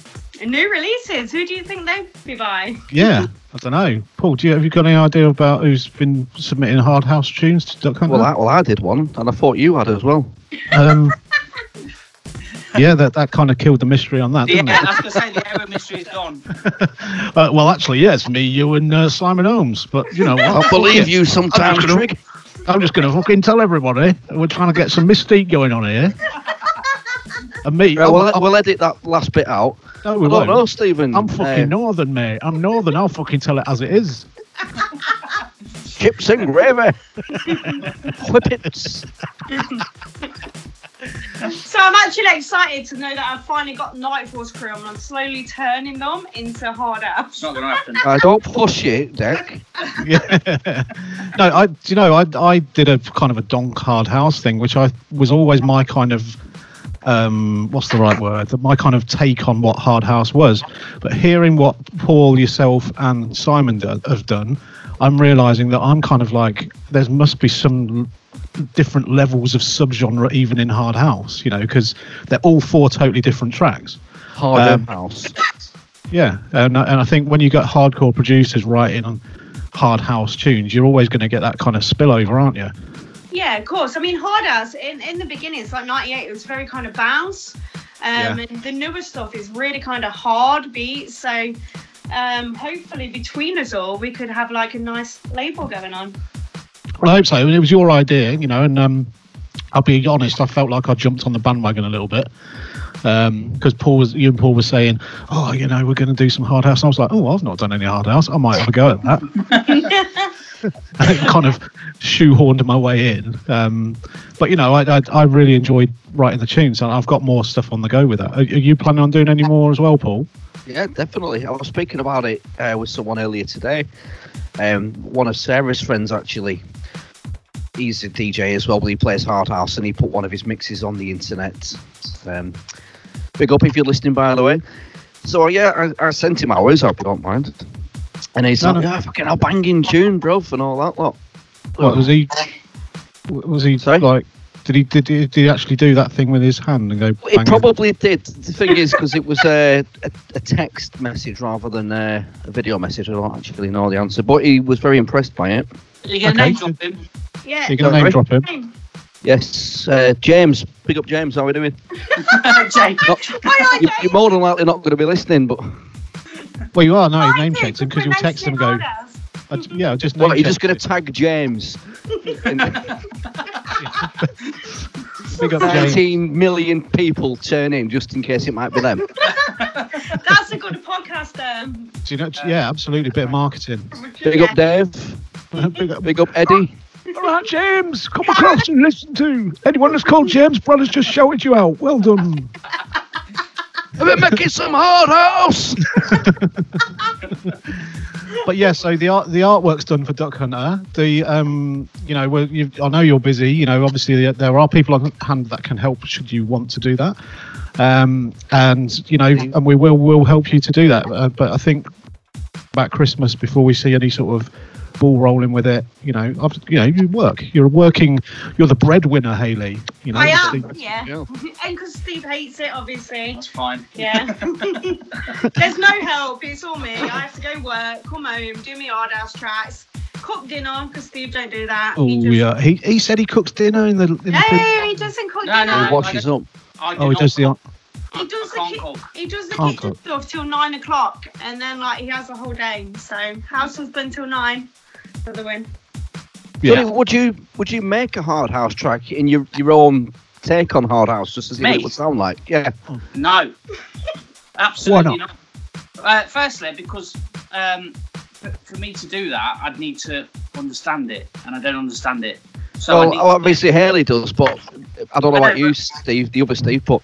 And new releases. Who do you think they'll be by?
yeah. I don't know, Paul. Do you have you got any idea about who's been submitting hard house tunes to Duck Hunter?
Well, I, well, I did one, and I thought you had as well.
um, yeah, that that kind of killed the mystery on that,
Yeah,
didn't
I was going to say the error mystery is gone.
it? Uh, well, actually, yeah, it's me, you, and uh, Simon Holmes. But you know, what?
I believe you sometimes,
gonna-
Trig.
I'm just going to fucking tell everybody. We're trying to get some mystique going on here. And me,
Right,
I'm-
we'll, we'll edit that last bit out.
no,
I
we
don't
won't.
know, Stephen.
I'm fucking
uh,
northern, mate. I'm northern. I'll fucking tell it as it is.
Chips and gravy. Whippets.
So I'm actually excited to know that I've finally got Night Force crew and I'm slowly turning them into hard outs.
It's not going to happen.
I don't push it, Deck.
Yeah. no, I. do You know, I I did a kind of a donk hard house thing, which I was always my kind of. Um, what's the right word? My kind of take on what hard house was, but hearing what Paul, yourself, and Simon do, have done, I'm realizing that I'm kind of like there must be some different levels of subgenre even in hard house, you know, because they're all four totally different tracks.
Hard
Um,
house.
Yeah, and I- and I think when you got hardcore producers writing on hard house tunes, you're always going to get that kind of spillover, aren't you?
Yeah, of course. I mean, Hard House in, in the beginning, it's like 98, it was very kind of bounce. Um,
Yeah.
And the newer stuff is really kind of hard beats. So um, hopefully, between us all, we could have like a nice label going on.
Well, I hope so. I mean, it was your idea, you know, and um, I'll be honest, I felt like I jumped on the bandwagon a little bit because Paul was, you and Paul were saying, oh, you know, we're going to do some hard house. And I was like, oh, I've not done any hard house. I might have a go at that. And it kind of shoehorned my way in. Um, but, you know, I, I, I really enjoyed writing the tunes and I've got more stuff on the go with that. Are, are you planning on doing any more as well, Paul?
Yeah, definitely. I was speaking about it uh, with someone earlier today. Um, one of Sarah's friends actually. He's a DJ as well, but he plays hard house, and he put one of his mixes on the internet. Um, big up if you're listening, by the way. So yeah, I, I sent him ours. I hope you don't mind. And he's
No,
like,
no.
"Yeah, fucking, I'll bang in June, bruv, and all that lot."
What, was he, was he like, did he, did, he, did he actually do that thing with his hand and go,
It
bang it?
probably did. The thing is, because it was a, a, a text message rather than a, a video message, I don't actually know the answer. But he was very impressed by it.
You get a
Okay.
name drop him.
Yeah.
You gonna name drop
him?
Yes, uh, James. Big up, James. How are we doing?
Jake.
Not- you, are more than likely not going to be listening, but
Well, you are now. You name checked him because you'll text him and go. I, j- yeah, I just name
well, you're just
checked
going to tag James.
it. Big up James.
19 million people turn in just in case it might be them.
That's a good podcast. Um,
Do you know, yeah, absolutely. Bit of marketing.
Big up Dave.
big, up,
big up Eddie.
All right, James, come across and listen to anyone that's called James Brothers just shouted you out. Well done.
We're making some hard house.
But yeah, so the art, the artwork's done for Duck Hunter. The um, you know, well, you've, I know you're busy. You know, obviously there, there are people on hand that can help should you want to do that. Um, and you know, and we will will help you to do that. Uh, but I think about Christmas before we see any sort of ball rolling with it. You know, I've, you know, you work. You're working. You're the breadwinner, Haley. You know,
I am,
obviously-
yeah. And because Steve hates it, obviously. That's
fine.
Yeah. There's no help. It's all me. I have to go work, come home, do my hard house tracks, cook dinner because Steve don't do that.
Oh yeah, he, he said he cooks dinner in the. In the
No, he doesn't cook
No, no,
dinner.
He washes
up.
oh, he does the.
He does the ki- he does the
Can't
kitchen
cook.
stuff till nine o'clock, and then like he has a whole day. So house husband till nine for the win.
Johnny, would you would you make a hard house track in your your own take on hard house, just to see what
Me?
it would sound like? Yeah.
No. Absolutely not? Uh, firstly, because um, for, for me to do that, I'd need to understand it, and I don't understand it. So I
well,
need-
obviously Haley does, but I don't know
I
about
don't-
you, Steve, the other Steve, but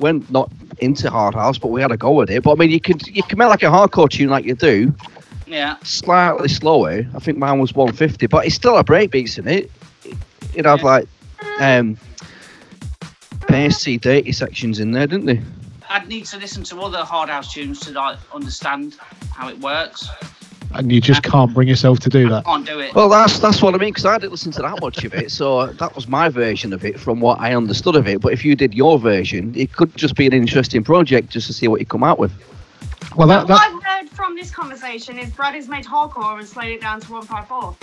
we're not into hard house, but we had a go at it. But I mean, you could you can make like a hardcore tune like you do,
yeah.
slightly slower. I think mine was 150, but it's still a breakbeats in it. It had like um bassy, dirty sections in there, didn't they?
I'd need to listen to other hard house tunes to like understand how it works.
And you just can't bring yourself to do that.
Can't do it.
Well, that's that's what I mean because I didn't listen to that much of it, so that was my version of it from what I understood of it. But if you did your version, it could just be an interesting project just to see what you come out with.
Well, that,
What
that
I've heard from this conversation is Brad has made hardcore and slowed it down to one five four.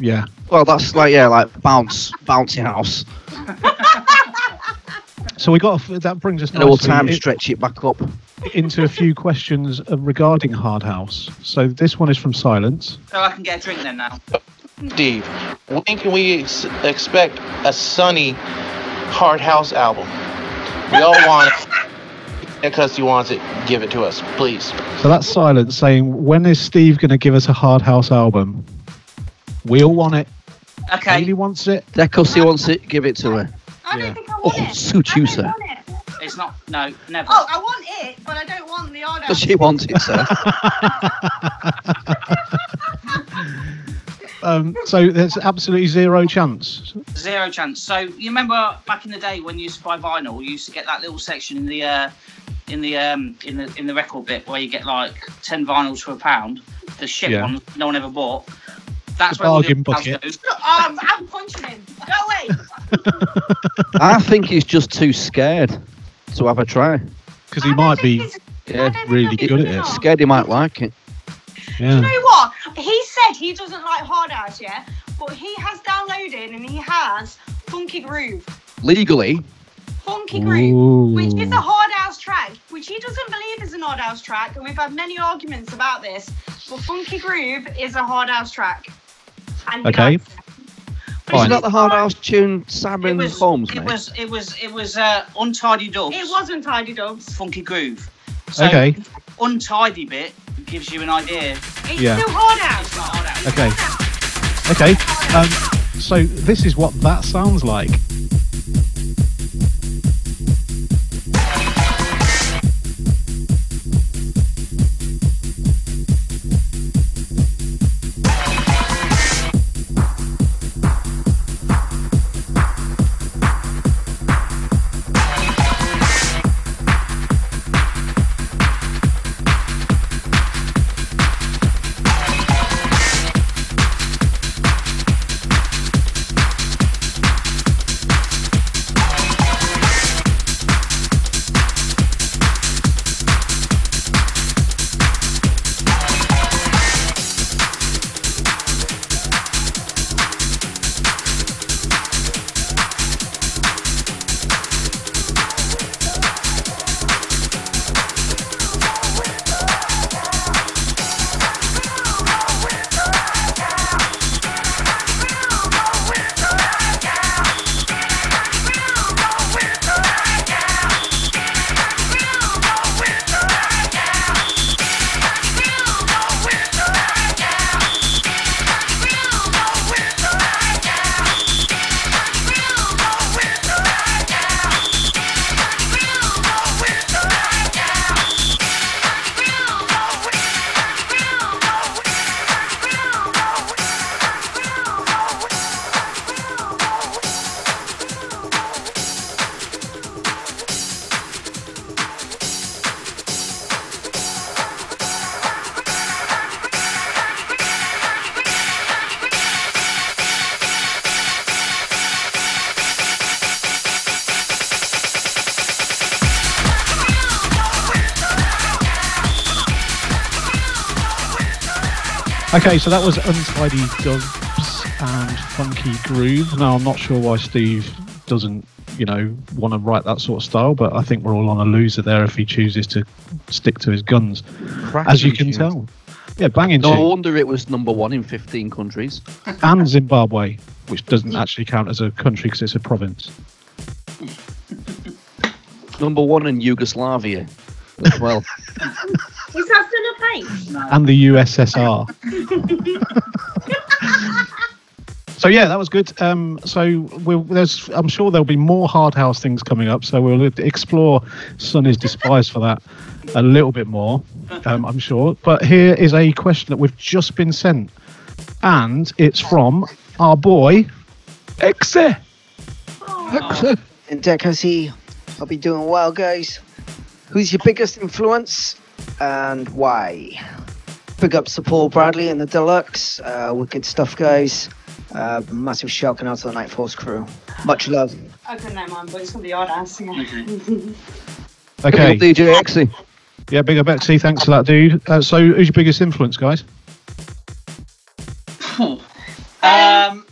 yeah.
Well, that's like yeah, like bounce, bouncy house,
So we got a, that brings us
and we'll
nicely
time
i-
stretch it back up.
into a few questions uh, regarding Hard House. So this one is from Silence.
So I can get a drink then now.
Steve, when can we ex- expect a sunny Hard House album? We all want it. And Custy wants it. Give it to us, please.
So that's Silence saying, when is Steve going to give us a Hard House album? We all want it.
Okay.
Haley wants it.
Decosi wants it, give it to her.
I
Yeah.
don't think I want
Oh,
it.
suit you,
I
sir.
want it.
It's not. No, never.
Oh, I want it, but I don't want the hard
Does she want it, sir?
Um, so there's absolutely zero chance.
Zero chance. So you remember back in the day when you used to buy vinyl, you used to get that little section in the uh, in the um, in the in the record bit where you get like ten vinyls for a pound, the shit
Yeah.
ones no one ever bought. That's
The
where all
bargain
the other
bucket.
pals
Look, I'm, Um, I'm punching him. Go away.
I think he's just too scared to have a try.
Because he might be
Yeah,
really good at it.
Scared he might like it.
Do you
Yeah.
know what? He said he doesn't like hard house, yeah, but he has downloaded and he has Funky Groove.
Legally,
Funky Groove, which is a hard house track, which he doesn't believe is an hard house track, and we've had many arguments about this. But Funky Groove is a hard house track. And he
Okay.
likes it.
Isn't that the hard house tune Simon Holmes
It
made?
was it was it was uh, untidy dubs. It was
untidy dubs.
Funky groove. So
Okay.
Untidy bit gives you an idea.
It's Yeah. still
hard out.
Okay. Okay. Um, so this is what that sounds like. Okay, so that was Untidy Dubs and Funky Groove. Now, I'm not sure why Steve doesn't, you know, want to write that sort of style, but I think we're all on a loser there if he chooses to stick to his guns. As you can
Cracking
tell. Yeah, banging
No
tune.
wonder it was number one in 15 countries.
And Zimbabwe, which doesn't actually count as a country because it's a province.
Number one in Yugoslavia as well.
Is that still a
And the USSR.
thing?
So yeah, that was good. Um, so we'll, there's, I'm sure there'll be more hard house things coming up. So we'll explore Sun is Despised for that a little bit more, um, I'm sure. But here is a question that we've just been sent, and it's from our boy Exe.
Excellent. And Deco C, I'll be doing well, guys. Who's your biggest influence and why? Big up to Paul Bradley and the Deluxe. Uh, wicked stuff, guys. Uh, massive shout out to the Night Force crew. Much love.
Open that man, but it's gonna be hard ass. Yeah.
Okay,
Big up DJ Exe.
Yeah, big up Exe. Thanks for that, dude. Uh, so who's your biggest influence, guys?
Um,
um,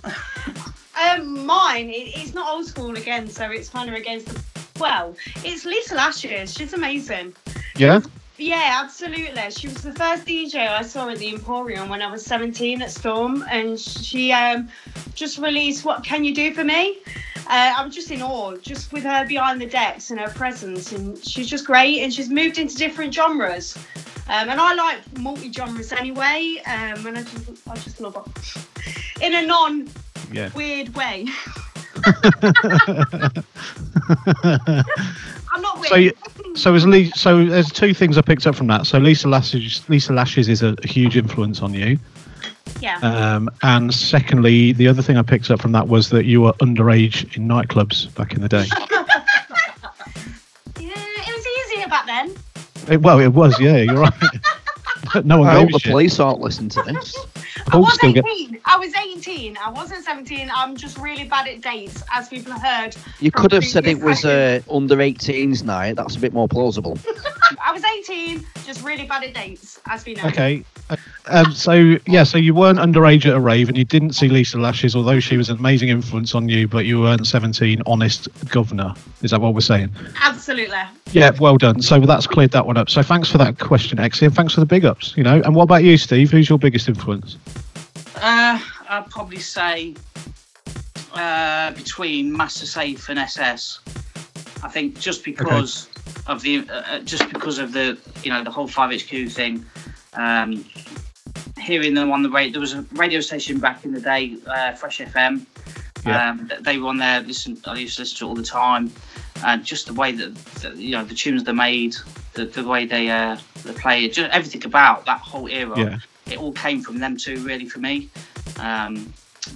mine. It, it's not old school again, so it's kind of against the. Well, it's Lisa Lashes. She's amazing.
Yeah.
Yeah, absolutely. She was the first DJ I saw at the Emporium when I was 17 at Storm, and she um, just released "What Can You Do for Me." Uh, I was just in awe, just with her behind the decks and her presence, and she's just great. And she's moved into different genres, um, and I like multi genres anyway. Um, and I just, I just love it in a non
Yeah.
weird way. I'm not weird.
So, you- so as Lee, so there's two things I picked up from that. So Lisa Lashes, Lisa Lashes is a huge influence on you.
yeah.
Um, and secondly, the other thing I picked up from that was that you were underage in nightclubs back in the day.
yeah, it was easier back then.
It- well, it was, yeah, you're right. But no one
I
gave
hope
a
the
shit.
police aren't listening to this.
I was
still
18.
get-
I was 18. I wasn't 17. I'm just really bad at dates, as people have heard.
You
from
could have said it was
previous
uh, under 18s night. That's a bit more plausible.
sessions. I was 18, just really bad at dates, as we know.
Okay. Um, so yeah, so you weren't underage at a rave, and you didn't see Lisa Lashes, although she was an amazing influence on you. But you weren't 17, honest governor. Is that what we're saying?
Absolutely.
Yeah, well done. So that's cleared that one up. So thanks for that question, Exie, and thanks for the big ups. You know, and what about you, Steve? Who's your biggest influence?
uh, I'd probably say
uh, between Master Safe and SS. I think just because of the uh, uh, just because of the you know the whole 5HQ thing. Um, hearing them on the radio, there was a radio station back in the day, uh, Fresh FM.
Yeah.
Um, th- they were on there. Listen, I used to listen to it all the time, and just the way that, that you know the tunes they made, the, the way they uh, they play it, just everything about that whole era.
Yeah.
It all came from them too, really, for me. Um,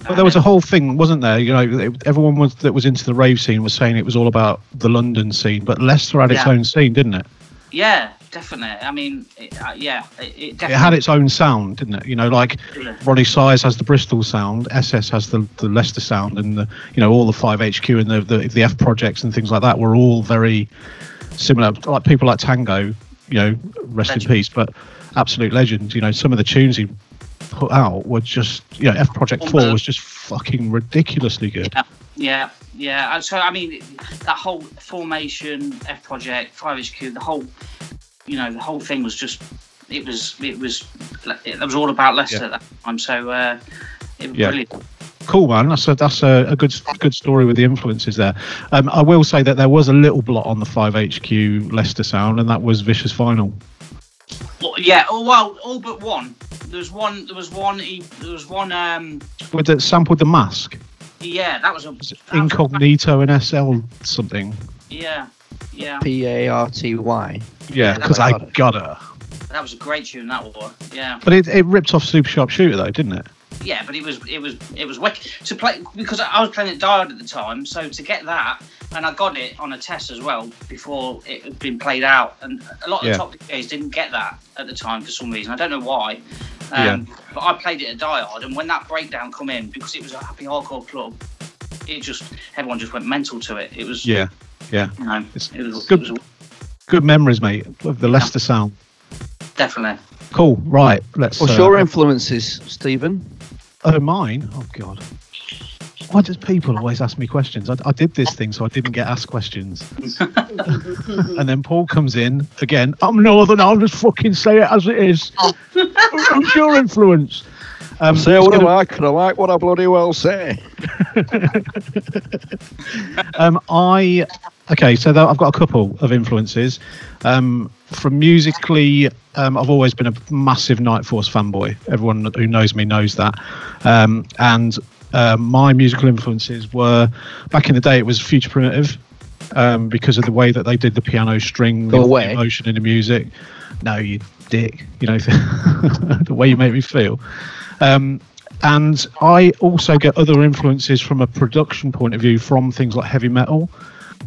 But there was a whole thing, wasn't there? You know, it- everyone was, that was into the rave scene was saying it was all about the London scene, but Leicester had its
Yeah.
own scene, didn't it?
yeah, definitely. I mean, it, uh, yeah, it, it definitely.
It had its own sound, didn't it? You know, like Ronnie Size has the Bristol sound, SS has the, the Leicester sound, and the you know all the Five HQ and the, the the F projects and things like that were all very similar. Like people like Tango, you know, rest in peace, but absolute legend. You know, some of the tunes he put out were just you know F Project Four was just fucking ridiculously good.
Yeah, yeah. And So I mean, that whole formation, F Project, Five HQ, the whole, you know, the whole thing was just, it was, it was, it was all about Leicester
Yeah.
at that time. So uh, it was
Yeah.
brilliant.
Cool man, that's a that's a, a good good story with the influences there. Um, I will say that there was a little blot on the Five HQ Leicester sound, and that was Vicious Vinyl.
Well, yeah. Oh well, all but one. There was one. There was one. e- There was one. Um,
with the sampled the mask
yeah, that was a.
incognito and sl something
Yeah, yeah.
P A R T Y.
yeah
that
because i
was-
got her
That was a great tune. That was. Yeah.
but it, it ripped off super sharp shooter though didn't it
Yeah, but it was it was it was wicked to play because I was playing at Diard at the time, so to get that and I got it on a test as well before it had been played out, and a lot of
Yeah.
the top DJs didn't get that at the time for some reason. I don't know why, um, but I played it at Diard, and when that breakdown come in because it was a happy hardcore club, it just everyone just went mental to it. It was
yeah yeah
you know, it was,
good.
it was
good memories mate of the leicester sound
definitely.
cool right let's
What's
uh,
your influences, Stephen?
oh mine oh god why does people always ask me questions I, I did this thing so i didn't get asked questions and then paul comes in again i'm northern i'll just fucking say it as it is who's your influence um,
say
it's
what I
gonna-
like, and I like what I bloody well say.
um, I okay, so tho- I've got a couple of influences. Um, from musically, um, I've always been a massive Night Force fanboy. Everyone who knows me knows that. Um, and uh, my musical influences were back in the day. It was Future Primitive um, because of the way that they did the piano string,
Go
the
away.
emotion in the music. No, you dick. You know the way you make me feel. Um, and I also get other influences from a production point of view from things like heavy metal,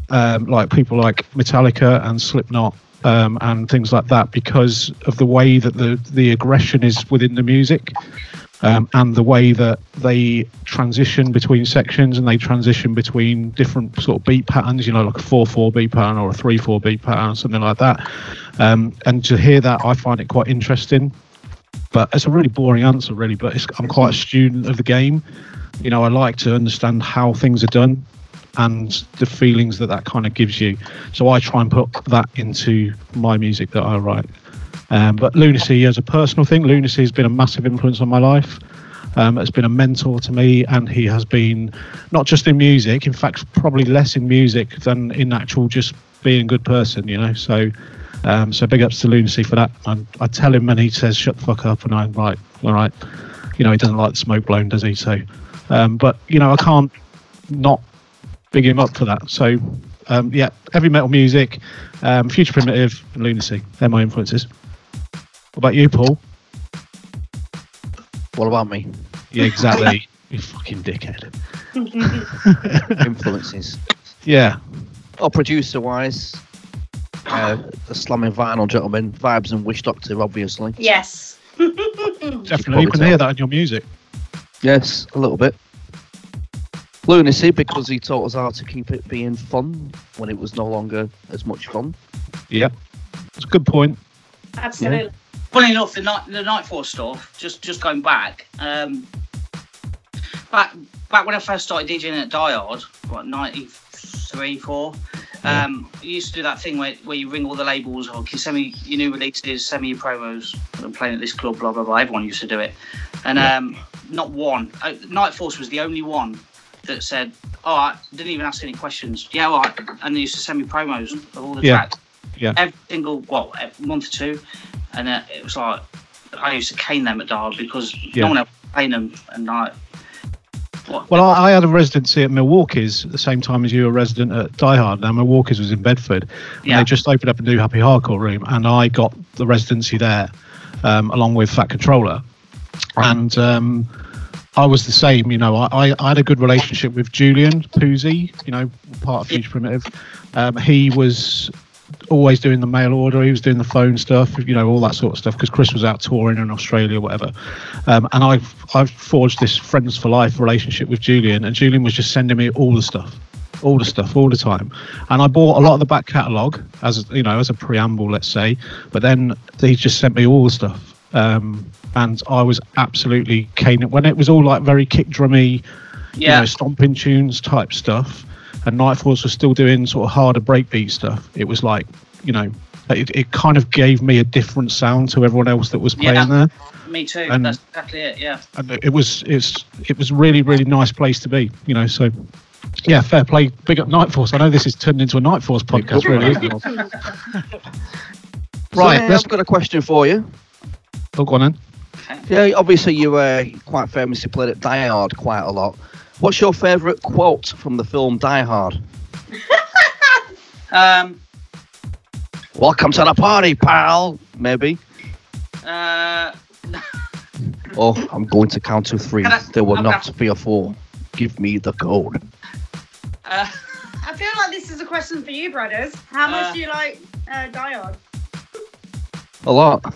um, like people like Metallica and Slipknot um, and things like that, because of the way that the the aggression is within the music. Um, and the way that they transition between sections and they transition between different sort of beat patterns, you know, like a 4 4 beat pattern or a 3 4 beat pattern, something like that. Um, and to hear that, I find it quite interesting but it's a really boring answer really but it's, i'm quite a student of the game you know i like to understand how things are done and the feelings that that kind of gives you so i try and put that into my music that i write um, but lunacy as a personal thing lunacy has been a massive influence on my life um, has been a mentor to me and he has been not just in music in fact probably less in music than in actual just being a good person you know so um, so big ups to Lunacy for that. I, I tell him and he says, shut the fuck up. And I'm like, all right. You know, he doesn't like the smoke blown, does he? So, um, but, you know, I can't not big him up for that. So, um, yeah, heavy metal music, um, Future Primitive, and Lunacy. They're my influences. What about you, Paul?
What about me?
Yeah, exactly. you fucking dickhead.
influences.
Yeah.
Or producer wise, uh, the slamming vinyl gentleman, Vibes and Wish Doctor, obviously.
Yes.
Definitely. You can hear that in your music.
Yes, a little bit. Lunacy, because he taught us how to keep it being fun when it was no longer as much fun.
Yeah. It's a good point.
Absolutely.
Funny enough, the night the night force stuff. Just just going back, um, back back when I first started DJing at Diod, what 93, 4. Um, you used to do that thing where, where you ring all the labels, or can you send me your new releases, send me your promos. I'm playing at this club, blah blah blah. Everyone used to do it, and um, not one. Uh, Night Force was the only one
that said, "Oh, I didn't even ask any questions." Yeah, all right. And they used to send me promos of all the
Yeah.
tracks
Yeah.
every single well every month or two, and uh, it was like I used to cane them at Derby because
Yeah.
no one else was playing them, and like what?
Well, I, I had a residency at Milwaukee's at the same time as you were a resident at Die Hard. Now, Milwaukee's was in Bedford, and
Yeah.
they just opened up a new Happy Hardcore room, and I got the residency there um, along with Fat Controller. And um, I was the same, you know, I, I, I had a good relationship with Julian Poozy, you know, part of Future Primitive. Um, he was always doing the mail order. He was doing the phone stuff, you know, all that sort of stuff. Because Chris was out touring in Australia, whatever. Um, and I've I've forged this friends for life relationship with Julian, and Julian was just sending me all the stuff, all the stuff, all the time. And I bought a lot of the back catalogue as you know as a preamble, let's say. But then he just sent me all the stuff, um, and I was absolutely caning when it was all like very kick drummy, you
Yeah.
know, stomping tunes type stuff and Nightfalls was still doing sort of harder breakbeat stuff. It was like, you know, it, it kind of gave me a different sound to everyone else that was playing
Yeah.
there.
Me too.
And-
That's exactly it. Yeah.
And it- it was it's it was really really nice place to be, you know. So yeah, fair play. Big up Nightforce. I know this is turned into a Nightforce podcast, really. Isn't it?
Right,
Right, let's-
I've got a question for you.
Oh, go on then.
Yeah, obviously you uh, quite famously played at Die Hard quite a lot. What's your favourite quote from the film Die Hard?
Um.
Welcome to the party, pal. Maybe.
Uh.
Or Oh, I'm going to count to three.
Can I-
There will
okay.
not be a four. Give me the code.
uh
I feel like this is a question for you, brothers. How much do you like uh, Diod?
A lot.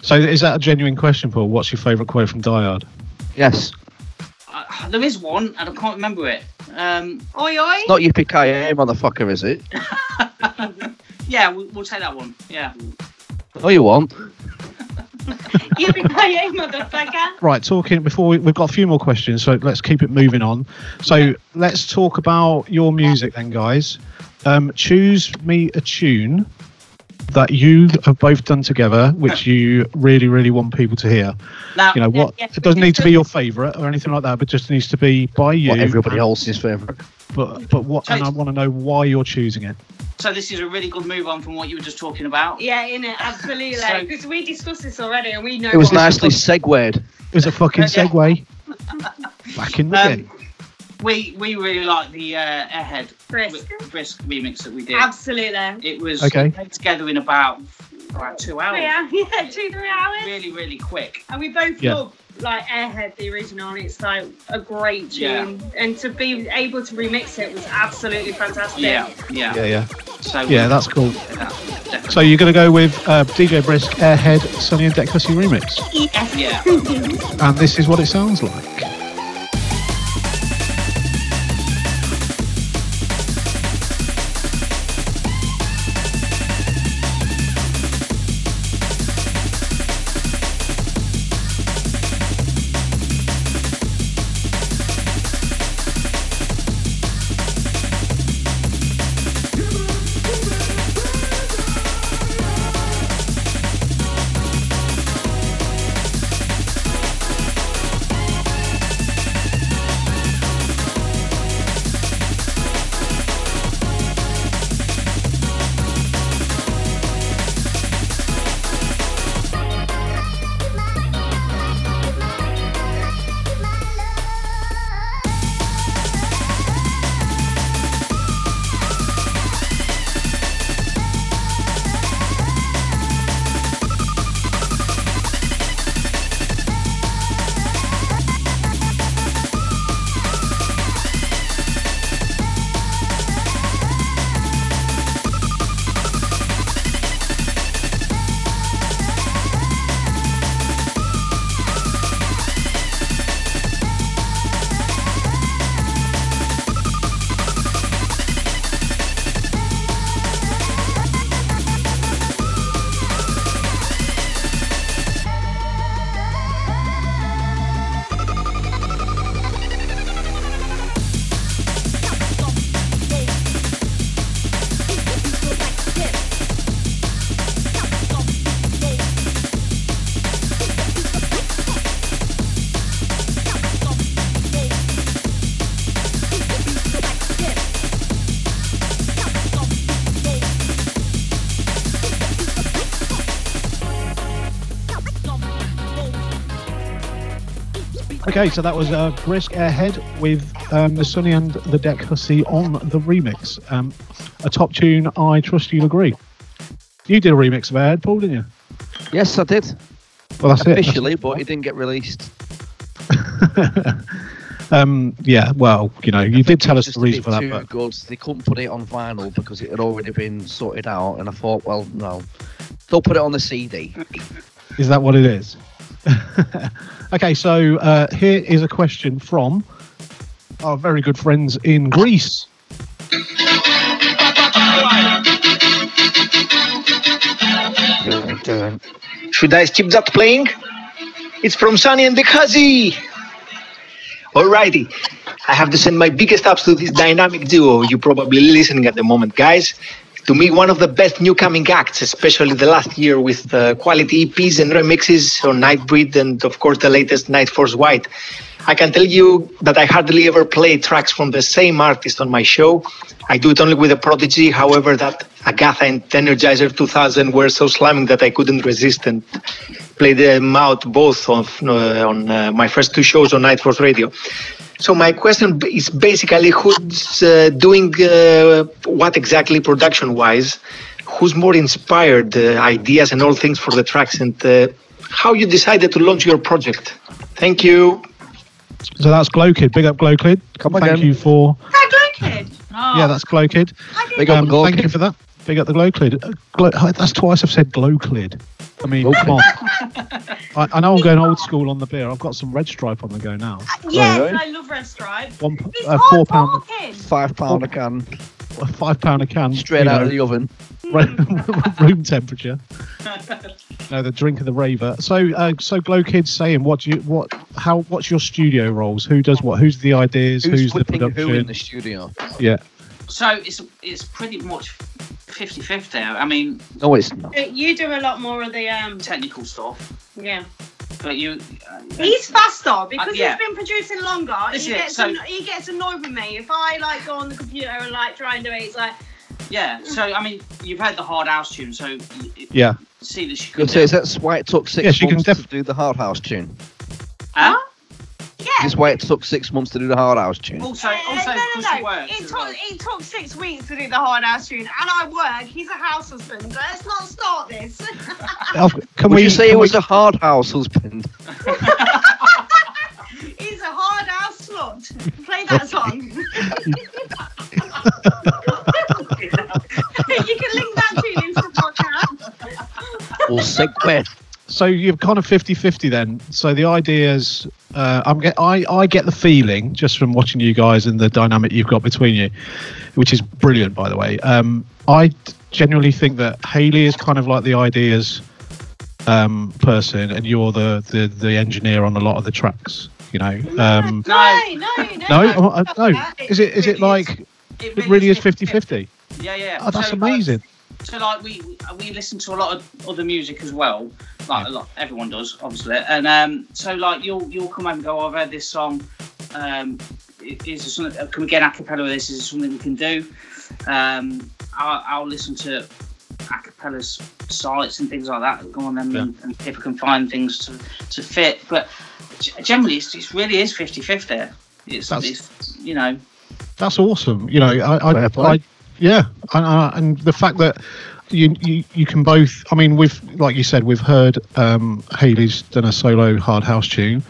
So is that a genuine question, Paul? What's your favourite quote from Die Hard?
Yes.
I- uh, there is one, and I can't remember it. Um.
Oi, oi.
Not your PKA, motherfucker, is it?
Yeah, we'll, we'll take that one. Yeah.
No, you won't.
You be playing, motherfucker.
Right, talking before we, we've got a few more questions, so let's keep it moving on. So let's talk about your music then, guys. Um, choose me a tune that you have both done together, which you really, really want people to hear.
Now,
you know what?
yes,
it doesn't
we
need to
do-
be your favourite or anything like that, but just needs to be by you.
What everybody else's favourite.
But but what? And I want to know why you're choosing it.
So this is a really good move on from what you were just talking about.
Yeah, in it, absolutely. Because we discussed this already, and we know.
It was
what-
nicely segued.
It was a fucking segue. Back in the
Um,
game.
We we really like the uh, Airhead
Brisk.
Brisk remix that we did.
Absolutely.
It was
Okay.
played together in about about two hours.
Yeah, yeah, two, three hours.
Really, really quick.
And we both
Yeah.
love like Airhead, the original. and It's like a great
Yeah.
tune, and to be able to remix it was absolutely fantastic.
Yeah, yeah,
Yeah, yeah.
So
Yeah, that's cool.
Yeah, definitely.
So you're going to go with uh, DJ Brisk, Airhead, Sonny and Deck Hussey remix.
yeah.
And this is what it sounds like. Okay, so that was uh, Brisk Airhead with um, the Sunny and the Deck Hussy on the remix. Um, a top tune, I trust you'll agree. You did a remix of Airhead, Paul, didn't you?
Yes, I did.
Well, that's it.
Officially, but it didn't get released.
Um, yeah, well, you know, you did tell us the reason
It's
for that,
too
but
good. They couldn't put it on vinyl because it had already been sorted out, and I thought, well, no, they'll put it on the CD.
is that what it is? okay, so uh, here is a question from our very good friends in Greece.
Should I skip that playing? It's from Sunny and the Kazi. Alrighty. I have to send my biggest ups to this dynamic duo you probably listening at the moment, guys. To me, one of the best new coming acts, especially the last year with uh, quality EPs and remixes on Nightbreed and, of course, the latest Night Force White. I can tell you that I hardly ever play tracks from the same artist on my show. I do it only with a prodigy. However, that Agatha and Energizer 2000 were so slamming that I couldn't resist and played them out both on, uh, on uh, my first two shows on Night Force Radio. So my question b- is basically who's uh, doing uh, what exactly production-wise? Who's more inspired uh, ideas and all things for the tracks and uh, how you decided to launch your project? Thank you.
So that's Glowkid. Big up Glowkid. Come Thank you for
Ah.
yeah, that's Glowkid.
Big up Glowkid.
Um, Thank you for that. Big up the Glowkid. Uh, Glow, oh, that's twice I've said Glowkid. I mean, come on. I, I know I'm going old school on the beer. I've got some red stripe on the go now.
Oh, Yes, I love Red Stripe.
One, p-
It's
uh,
hard
four pound,
talking.
five pound a can,
five pound a can,
straight
you
out of
know,
the oven.
ra- room temperature. No, the drink of the raver. So, uh, so Glow Kid's saying, what do you, what, how, what's your studio roles? Who does what? Who's the ideas? Who's, the
whipping
production?
who in the studio?
yeah.
So it's it's pretty much 50-50. I mean,
No, it's not.
You do a lot more of the um
technical stuff,
yeah.
but you.
He's faster because
Uh, yeah.
he's been producing longer.
That's
he
it,
gets
so-
an- he gets annoyed with me if I like go on the computer and like try and do it. It's like Mm.
Yeah. So I mean, you've heard the hard house tune, so you
Yeah.
see that she
You'll
could.
say that's why it took six
Yes, you can
months to do the hard house tune.
Huh?
This is why it took six months to do the hard house tune.
Also,
also, uh, no, no, no. It took it took six weeks to do the hard ass tune, and I work. He's a house husband. Let's not start this.
Can Would you say it was a hard house husband?
he's a hard ass slut. Play that song. you can link that tune into the podcast.
Well, segue.
So you're kind of 50-50 then. So the ideas, uh, I'm get, I I get the feeling just from watching you guys and the dynamic you've got between you, which is brilliant by the way. Um, I d- genuinely think that Haley is kind of like the ideas um, person, and you're the, the the engineer on a lot of the tracks. You know, um,
no, no, no,
no, I- I- no. Is it is it like
it
it really is 50-50?
Yeah, yeah.
Oh, that's
So- uh,
amazing.
so like we we listen to a lot of other music as well like a lot everyone does obviously and um so like you'll you'll come home and go oh, i've heard this song um i- is there something uh, can we get an acapella with this is there something we can do um i'll, I'll listen to acapella s- sites and things like that and go on them and, and people can find things to to fit but g- generally it's, it really is 50 50 it's,
That's-
it's you know
That's awesome. You know, I, I, I yeah, and, uh, and the fact that you, you you can both. I mean, we've like you said, we've heard um, Haley's done a solo hard house tune,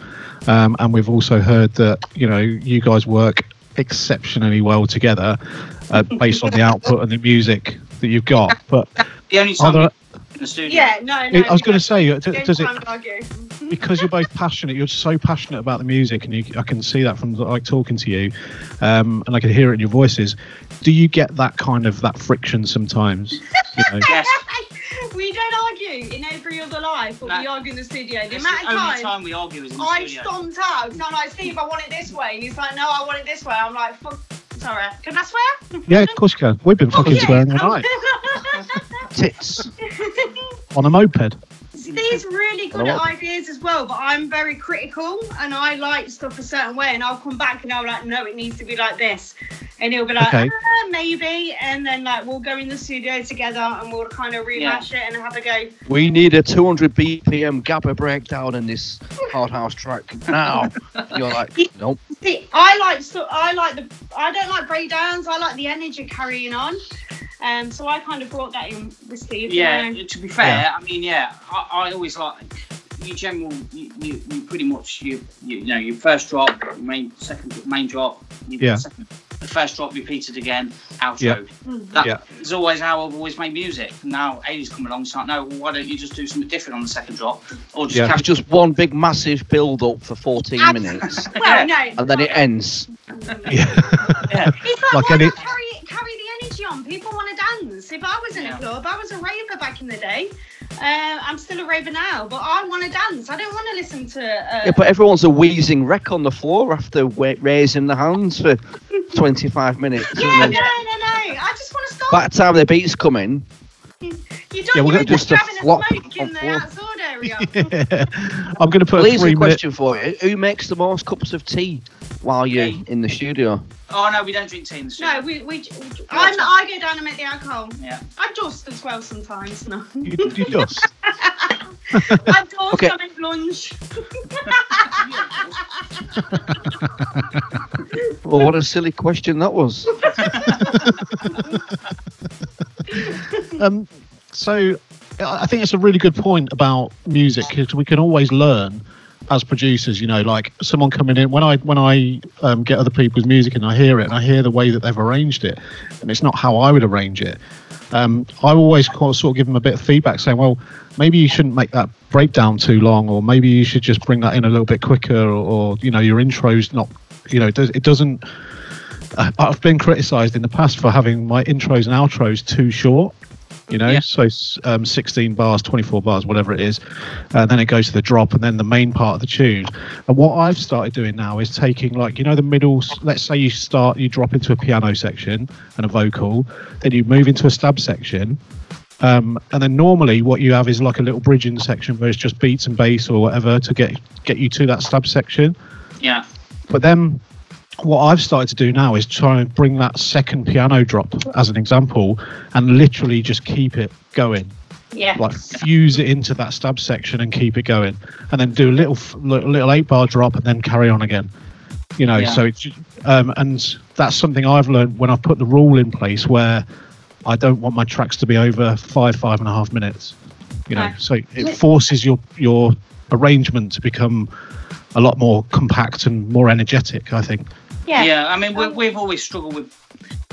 um, and we've also heard that you know you guys work exceptionally well together, uh, based on the output and the music that you've got. But
the only
are
song
there,
in the studio
Yeah, no, no.
I was going to say, uh, d-
Don't
does it
try and argue.
because you're both passionate you're so passionate about the music and you, i can see that from like talking to you um, and i can hear it in your voices do you get that kind of that friction sometimes you know?
we don't argue in every other life, but we argue in the studio. The
That's
amount
the
of
only
times
time we argue is in the
I
studio.
stomped out. No, like Steve, I want it this way, and he's like, no, I want it this way. I'm like, fuck. Sorry, can I swear?
yeah of course you can we've been fucking
Oh, Yeah.
swearing all night tits on a moped
Steve's really good
Hello.
at ideas as well, but I'm very critical and I like stuff a certain way, and I'll come back and I'll be like, no, it needs to be like this. and he'll be like,
Okay.
ah, maybe, and then like we'll go in the studio together and we'll kind of rehash it and have a go.
We need a 200 BPM Gabba breakdown in this hard house track now. You're like, nope.
See, I like so I like the I don't like breakdowns. I like the energy carrying on. Um, so I kind of brought that in with Steve.
Yeah,
you know.
to be fair, I mean, yeah, I, I always like you. General, you, you, you pretty much you, you you know your first drop, your main second main drop, your
Yeah.
second, the first drop repeated again, outro.
Yeah.
Hmm.
That
Yeah.
is always how I've always made music. Now Amy's come along, so no, why don't you just do something different on the second drop, or just
It's
carry
just one big massive build up for 14 minutes.
Well, no,
And then it ends.
It's like,
Like
why
any-
not carry, carry the energy on? People want to dance. If I was in a club, I was a raver back in the day. Uh, I'm still a raver now, but I want to dance. I don't want to listen to. Uh,
Yeah, but everyone's a wheezing wreck on the floor after wa- raising the hands for 25 minutes.
yeah, no, no,
and
no.
then
I just want to stop.
by the time the beat's coming,
You
Yeah,
don't
we're
yeah,
gonna
just
just a
grabbing a
flop
smoke in
on
the
floor.
outside area.
I'm going to put
Well,
a
here's a
three minute.
question for you. Who makes the most cups of tea while you're in the studio?
Oh no, we don't drink tea in the studio.
No, we, we, I'm, I go down and make the alcohol.
Yeah.
I dust as well sometimes. No.
You, you dust.
I dust,
Okay.
I make lunch.
Well, what a silly question that was.
um, so I I think it's a really good point about music because we can always learn as producers. You know, like someone coming in when I when I um, get other people's music and I hear it and I hear the way that they've arranged it, and it's not how I would arrange it. Um, I always ca- sort of give them a bit of feedback saying, well, maybe you shouldn't make that breakdown too long, or maybe you should just bring that in a little bit quicker, or, or you know, your intro's not, you know, it, does, it doesn't I- I've been criticised in the past for having my intros and outros too short. You know, so um, 16 bars, 24 bars, whatever it is, and then it goes to the drop, and then the main part of the tune. And what I've started doing now is taking, like, you know, the middle. s- Let's say you start, you drop into a piano section and a vocal, then you move into a stab section, um, and then normally what you have is like a little bridging section where it's just beats and bass or whatever to get get you to that stab section.
Yeah.
But then what I've started to do now is try and bring that second piano drop as an example and literally just keep it going.
Yeah.
Like fuse it into that stab section and keep it going, and then do a little f- li- little eight bar drop and then carry on again. You know,
Yeah.
so it's um, and that's something I've learned when I put the rule in place where I don't want my tracks to be over five five and a half minutes. You know, so it forces your your arrangement to become a lot more compact and more energetic. I think.
Yeah. Um,
Yeah. I mean, we, we've always struggled with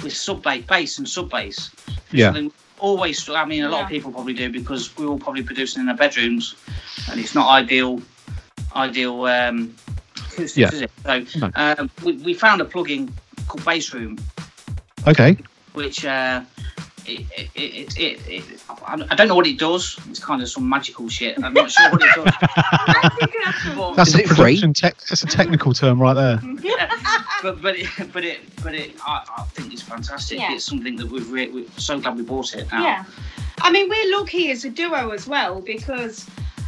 with sub bass, bass and sub bass.
Yeah.
something always str- i mean a lot of people probably do because we're all probably producing in our bedrooms and it's not ideal ideal um acoustics
Yeah.
is it so
No.
um, we, we found a plugin called bass room
Okay.
which uh it, it, it, it, it, I I don't know what it does. It's kind of some magical shit. I'm not sure what it does. But-
That's a production tech. That's a technical term right there.
but but it, but it but it I, I think it's fantastic.
Yeah.
It's something that we've re- we're so glad we bought it now.
Yeah. I mean, we're lucky as a duo as well because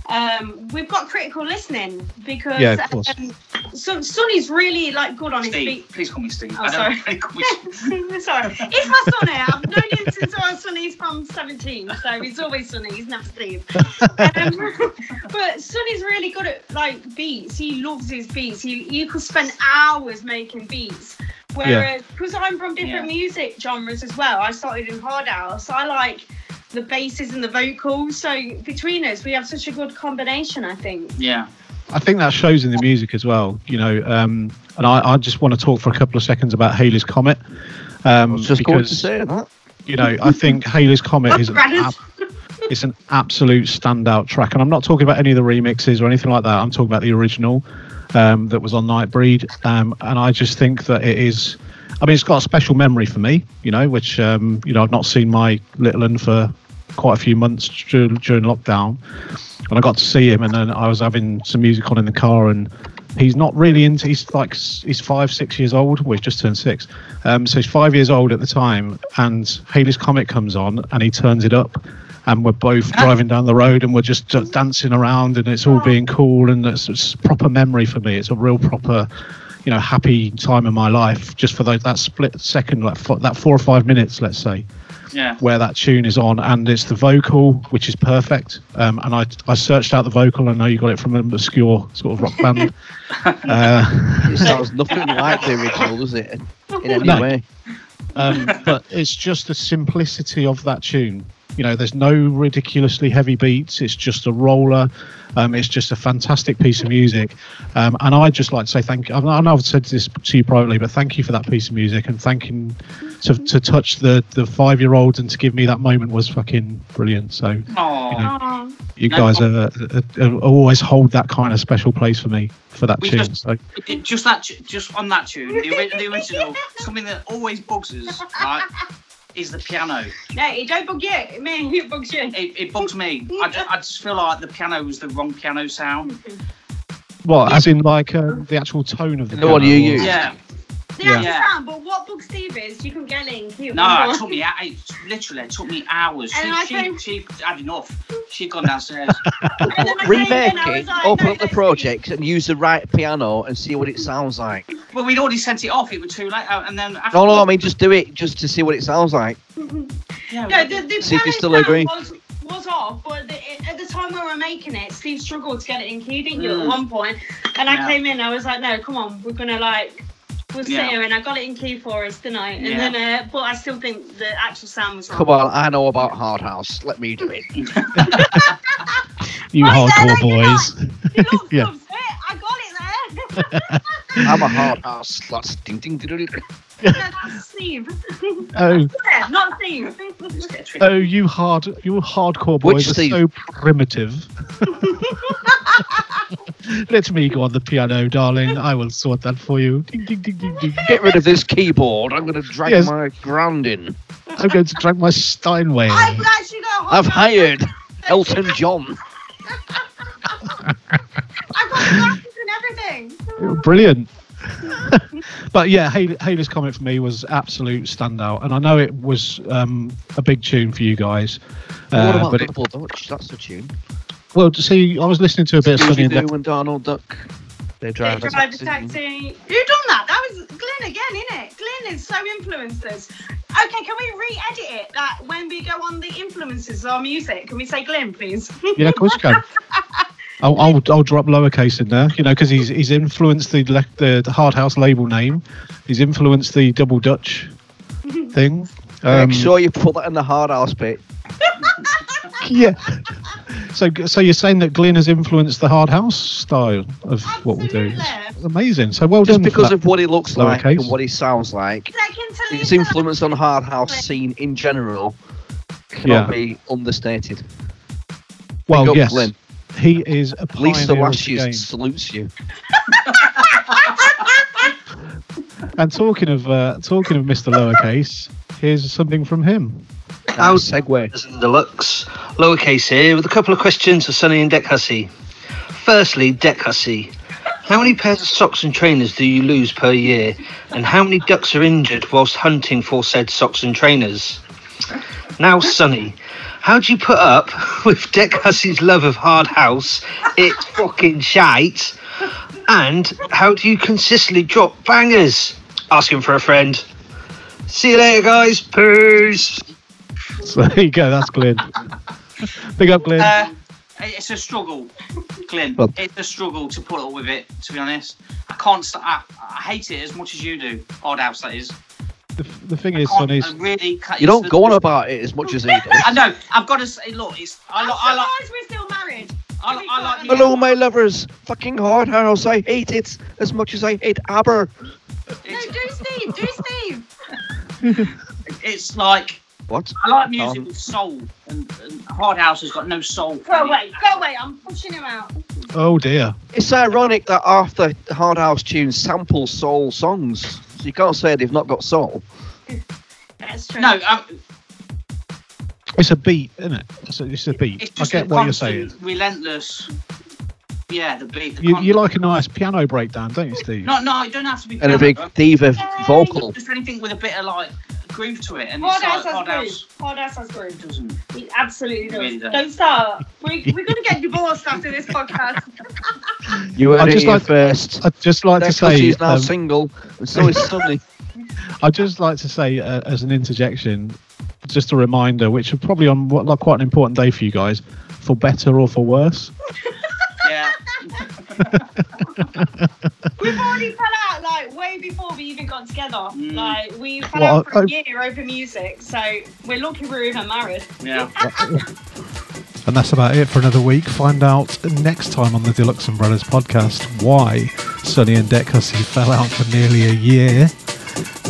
um, we've got critical listening because
Yeah, of course.
um, so Sonny's really like good on his
Steve,
feet.
please call me Steve.
Oh,
I don't
sorry.
think we
sorry, he's my son here. I've known him since I was Sonny. He's from 17, so he's always Sonny. He's never Steve. Um, but Sonny's really good at like beats. He loves his beats. He you could spend hours making beats. Whereas, because I'm from different
Yeah.
music genres as well, I started in hard house. I like the basses and the vocals. So between us, we have such a good combination. I think.
Yeah.
I think that shows in the music as well, you know. Um, and I, I just want to talk for a couple of seconds about Haley's Comet. Um,
Just going to
because,
say that.
you know, I think Haley's Comet is an,
Right.
ab- it's an absolute standout track. And I'm not talking about any of the remixes or anything like that. I'm talking about the original um, that was on Nightbreed. Um, and I just think that it is, I mean, it's got a special memory for me, you know, which, um, you know, I've not seen my little un for quite a few months dur- during lockdown. And I got to see him, and then I was having some music on in the car, and he's not really into. He's like s- he's five, six years old. Well, he's just turned six, um, so he's five years old at the time. And Haley's Comet comes on, and he turns it up, and we're both driving down the road, and we're just uh, dancing around, and it's all being cool, and it's, it's proper memory for me. It's a real proper you know happy time in my life just for those, that split second, like fo- that four or five minutes, let's say
Yeah.
where that tune is on, and it's the vocal, which is perfect. Um, and I, I searched out the vocal. I know you got it from an obscure sort of rock band. uh,
It sounds nothing like the original, does it? In any
No.
way.
um, but it's just the simplicity of that tune. You know, there's no ridiculously heavy beats. It's just a roller. Um, it's just a fantastic piece of music. Um, and I'd just like to say thank you. I know I've said this to you privately, but thank you for that piece of music and thanking to, to touch the, the five year old and to give me that moment was fucking brilliant. So
Aww.
you guys are, are, are always hold that kind of special place for me for that
We
tune.
just-
so.
It- just that, tu- just on that tune, the, ori- the original, something that always bugs us, right, is the piano.
No, it don't bug you. It me, it bugs you.
It, it bugs me. I, ju- I just feel like the piano was the wrong piano sound.
Well, as in like um, the actual tone of the.
The one
piano
you
or-
use.
Yeah.
See,
Yeah.
I understand, but what bugs Steve is, you can get link. He
No, it took me. hou- It literally it took me hours. She,
And I
she,
think-
she had enough. She'd gone downstairs.
Remake it, open up the project, and use the right piano and see what it sounds like.
well, we'd already sent it off. It was too late. uh, And then after
No, no, I mean just do it just to see what it sounds like.
Yeah,
no, the, the
See if you
piano
still
sound
agree.
Was, was off, but the, at the time we were making it, Steve struggled to get it in key, didn't you,
Mm.
at one point? And
Yeah.
I came in, I was like, no, come on, we're going to like, we'll sit
Yeah.
here. And I got it in key for us, didn't I? And
Yeah.
then, uh, but I still think the actual sound was wrong.
Come on, I know about Hard House. Let me do it.
you hardcore boys. yeah.
I'm a hard house. Lots of ding ding ding. ding.
no, that's Steve.
Oh.
Yeah, not Steve.
Oh, you hard, you hardcore
Which
boys are
Steve?
so primitive. Let me go on the piano, darling. I will sort that for you. Ding, ding, ding, ding, ding.
Get rid of this keyboard. I'm going to drag
Yes.
my ground in.
I'm going to drag my Steinway.
I've actually got a hot
I've
dog.
hired Elton John.
I've got glasses and everything.
Brilliant. but yeah, Haley, Haley's comment for me was absolute standout, and I know it was um, a big tune for you guys.
what
Uh,
about
but it,
Double Dutch? That's the tune.
well, to see, I was listening to a bit of Sonny
Scooby
and
Doo
Dex.
and Donald Duck. They drive a
Driver
taxi.
taxi. Who done that? That was Glenn again, innit? Glenn is so influenced us. Okay, can we re-edit it? That when we go on the influences of our music, can we say Glenn, please?
Yeah, of course you can. I'll, I'll, I'll drop lowercase in there, you know, because he's he's influenced the, le- the the hard house label name, he's influenced the double Dutch thing. Um,
Make sure you put that in the hard house bit.
yeah. So so you're saying that Glyn has influenced the hard house style of what we do? It's amazing. So well
Just
done. for
because
that
of what he looks like
lowercase.
and what he sounds like, its influence on hard house scene in general cannot
Yeah.
be understated. Big
well,
up
yes,
Glyn.
he is a pioneer
Lisa
of the
Lashes
game.
salutes you.
And talking of uh, talking of Mr. Lowercase, here's something from him.
How
segue
deluxe lowercase here with a couple of questions for Sonny and Deck Hussey. Firstly, Deck Hussey, how many pairs of socks and trainers do you lose per year, and how many ducks are injured whilst hunting for said socks and trainers? Now, Sonny, how do you put up with Deck Hussey's love of hard house? It's fucking shite. And how do you consistently drop bangers? Asking for a friend. See you later, guys. Peace.
So there you go. That's Glyn. Big up, Glyn.
Uh, it's a struggle, Glenn.
Well-
It's a struggle to put up with it. To be honest, I can't. St- I, I hate it as much as you do. Odd house that is.
the, the thing is,
Can't-
Sonny's
I really can't.
You don't
it's-
go on about it as much as he does.
I know. I've got to say, look, it's. I, li- I like.
we're still married.
I, li- I like.
Hello, my lovers. Fucking hard house. I hate it as much as I hate Aber.
No, do Steve, do Steve.
It's like.
What?
I like music
Um,
with soul, and, and hard house has got no soul.
Go away, go away. I'm pushing him out.
Oh dear.
It's ironic that half the hard house tunes sample soul songs. So you can't say they've not got soul.
That's true. uh,
No, I,
it's a beat, isn't it? It's a, it's a beat.
it's
I
just
get
the
what you're
constant,
saying.
Relentless. Yeah, the beat. The
You,
con-
you like a nice piano breakdown, don't you, Steve?
No, no, it don't have to be.
And a big
piano.
diva vocal.
Just anything with a bit of like groove to it, and
Hard
it's like
ass has
hard
groove.
house.
Hard ass has groove. It absolutely does.
Really does.
Don't start. We, we're going to get divorced after this podcast.
You heard
I'd
it
just
here
like-
first.
I'd just like to
Deco's
say,
is now
um,
single, and so is Sunny.
I'd just like to say, uh, as an interjection, just a reminder, which is probably on what, like quite an important day for you guys, for better or for worse.
Yeah.
We've already fell out like way before we even got together. Like we fell
Well,
out for a
I-
year over music, so we're lucky we're even married.
Yeah.
And that's about it for another week. Find out next time on the Deluxe and Brothers podcast why Sonny and Deck Hussey fell out for nearly a year.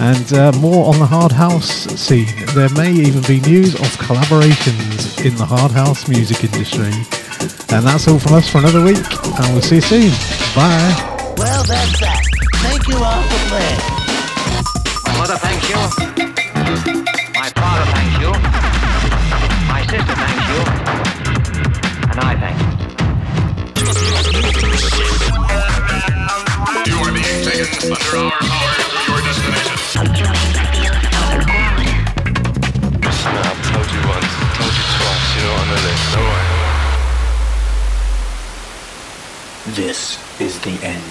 And uh, more on the hard house scene. There may even be news of collaborations in the hard house music industry. And that's all from us for another week. And we'll see you soon. Bye.
Well, that's that. Thank you all for playing.
My mother thanks you. My father thanks you. My sister thanks you. And I thank you.
You are being taken under our power to your destination.
Listen, I've told you once, told you twice, you know what I'm gonna do. No way.
This is the end,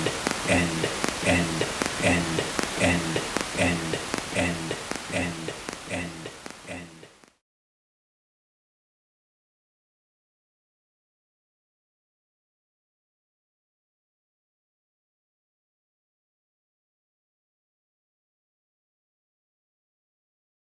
end, end, end, end.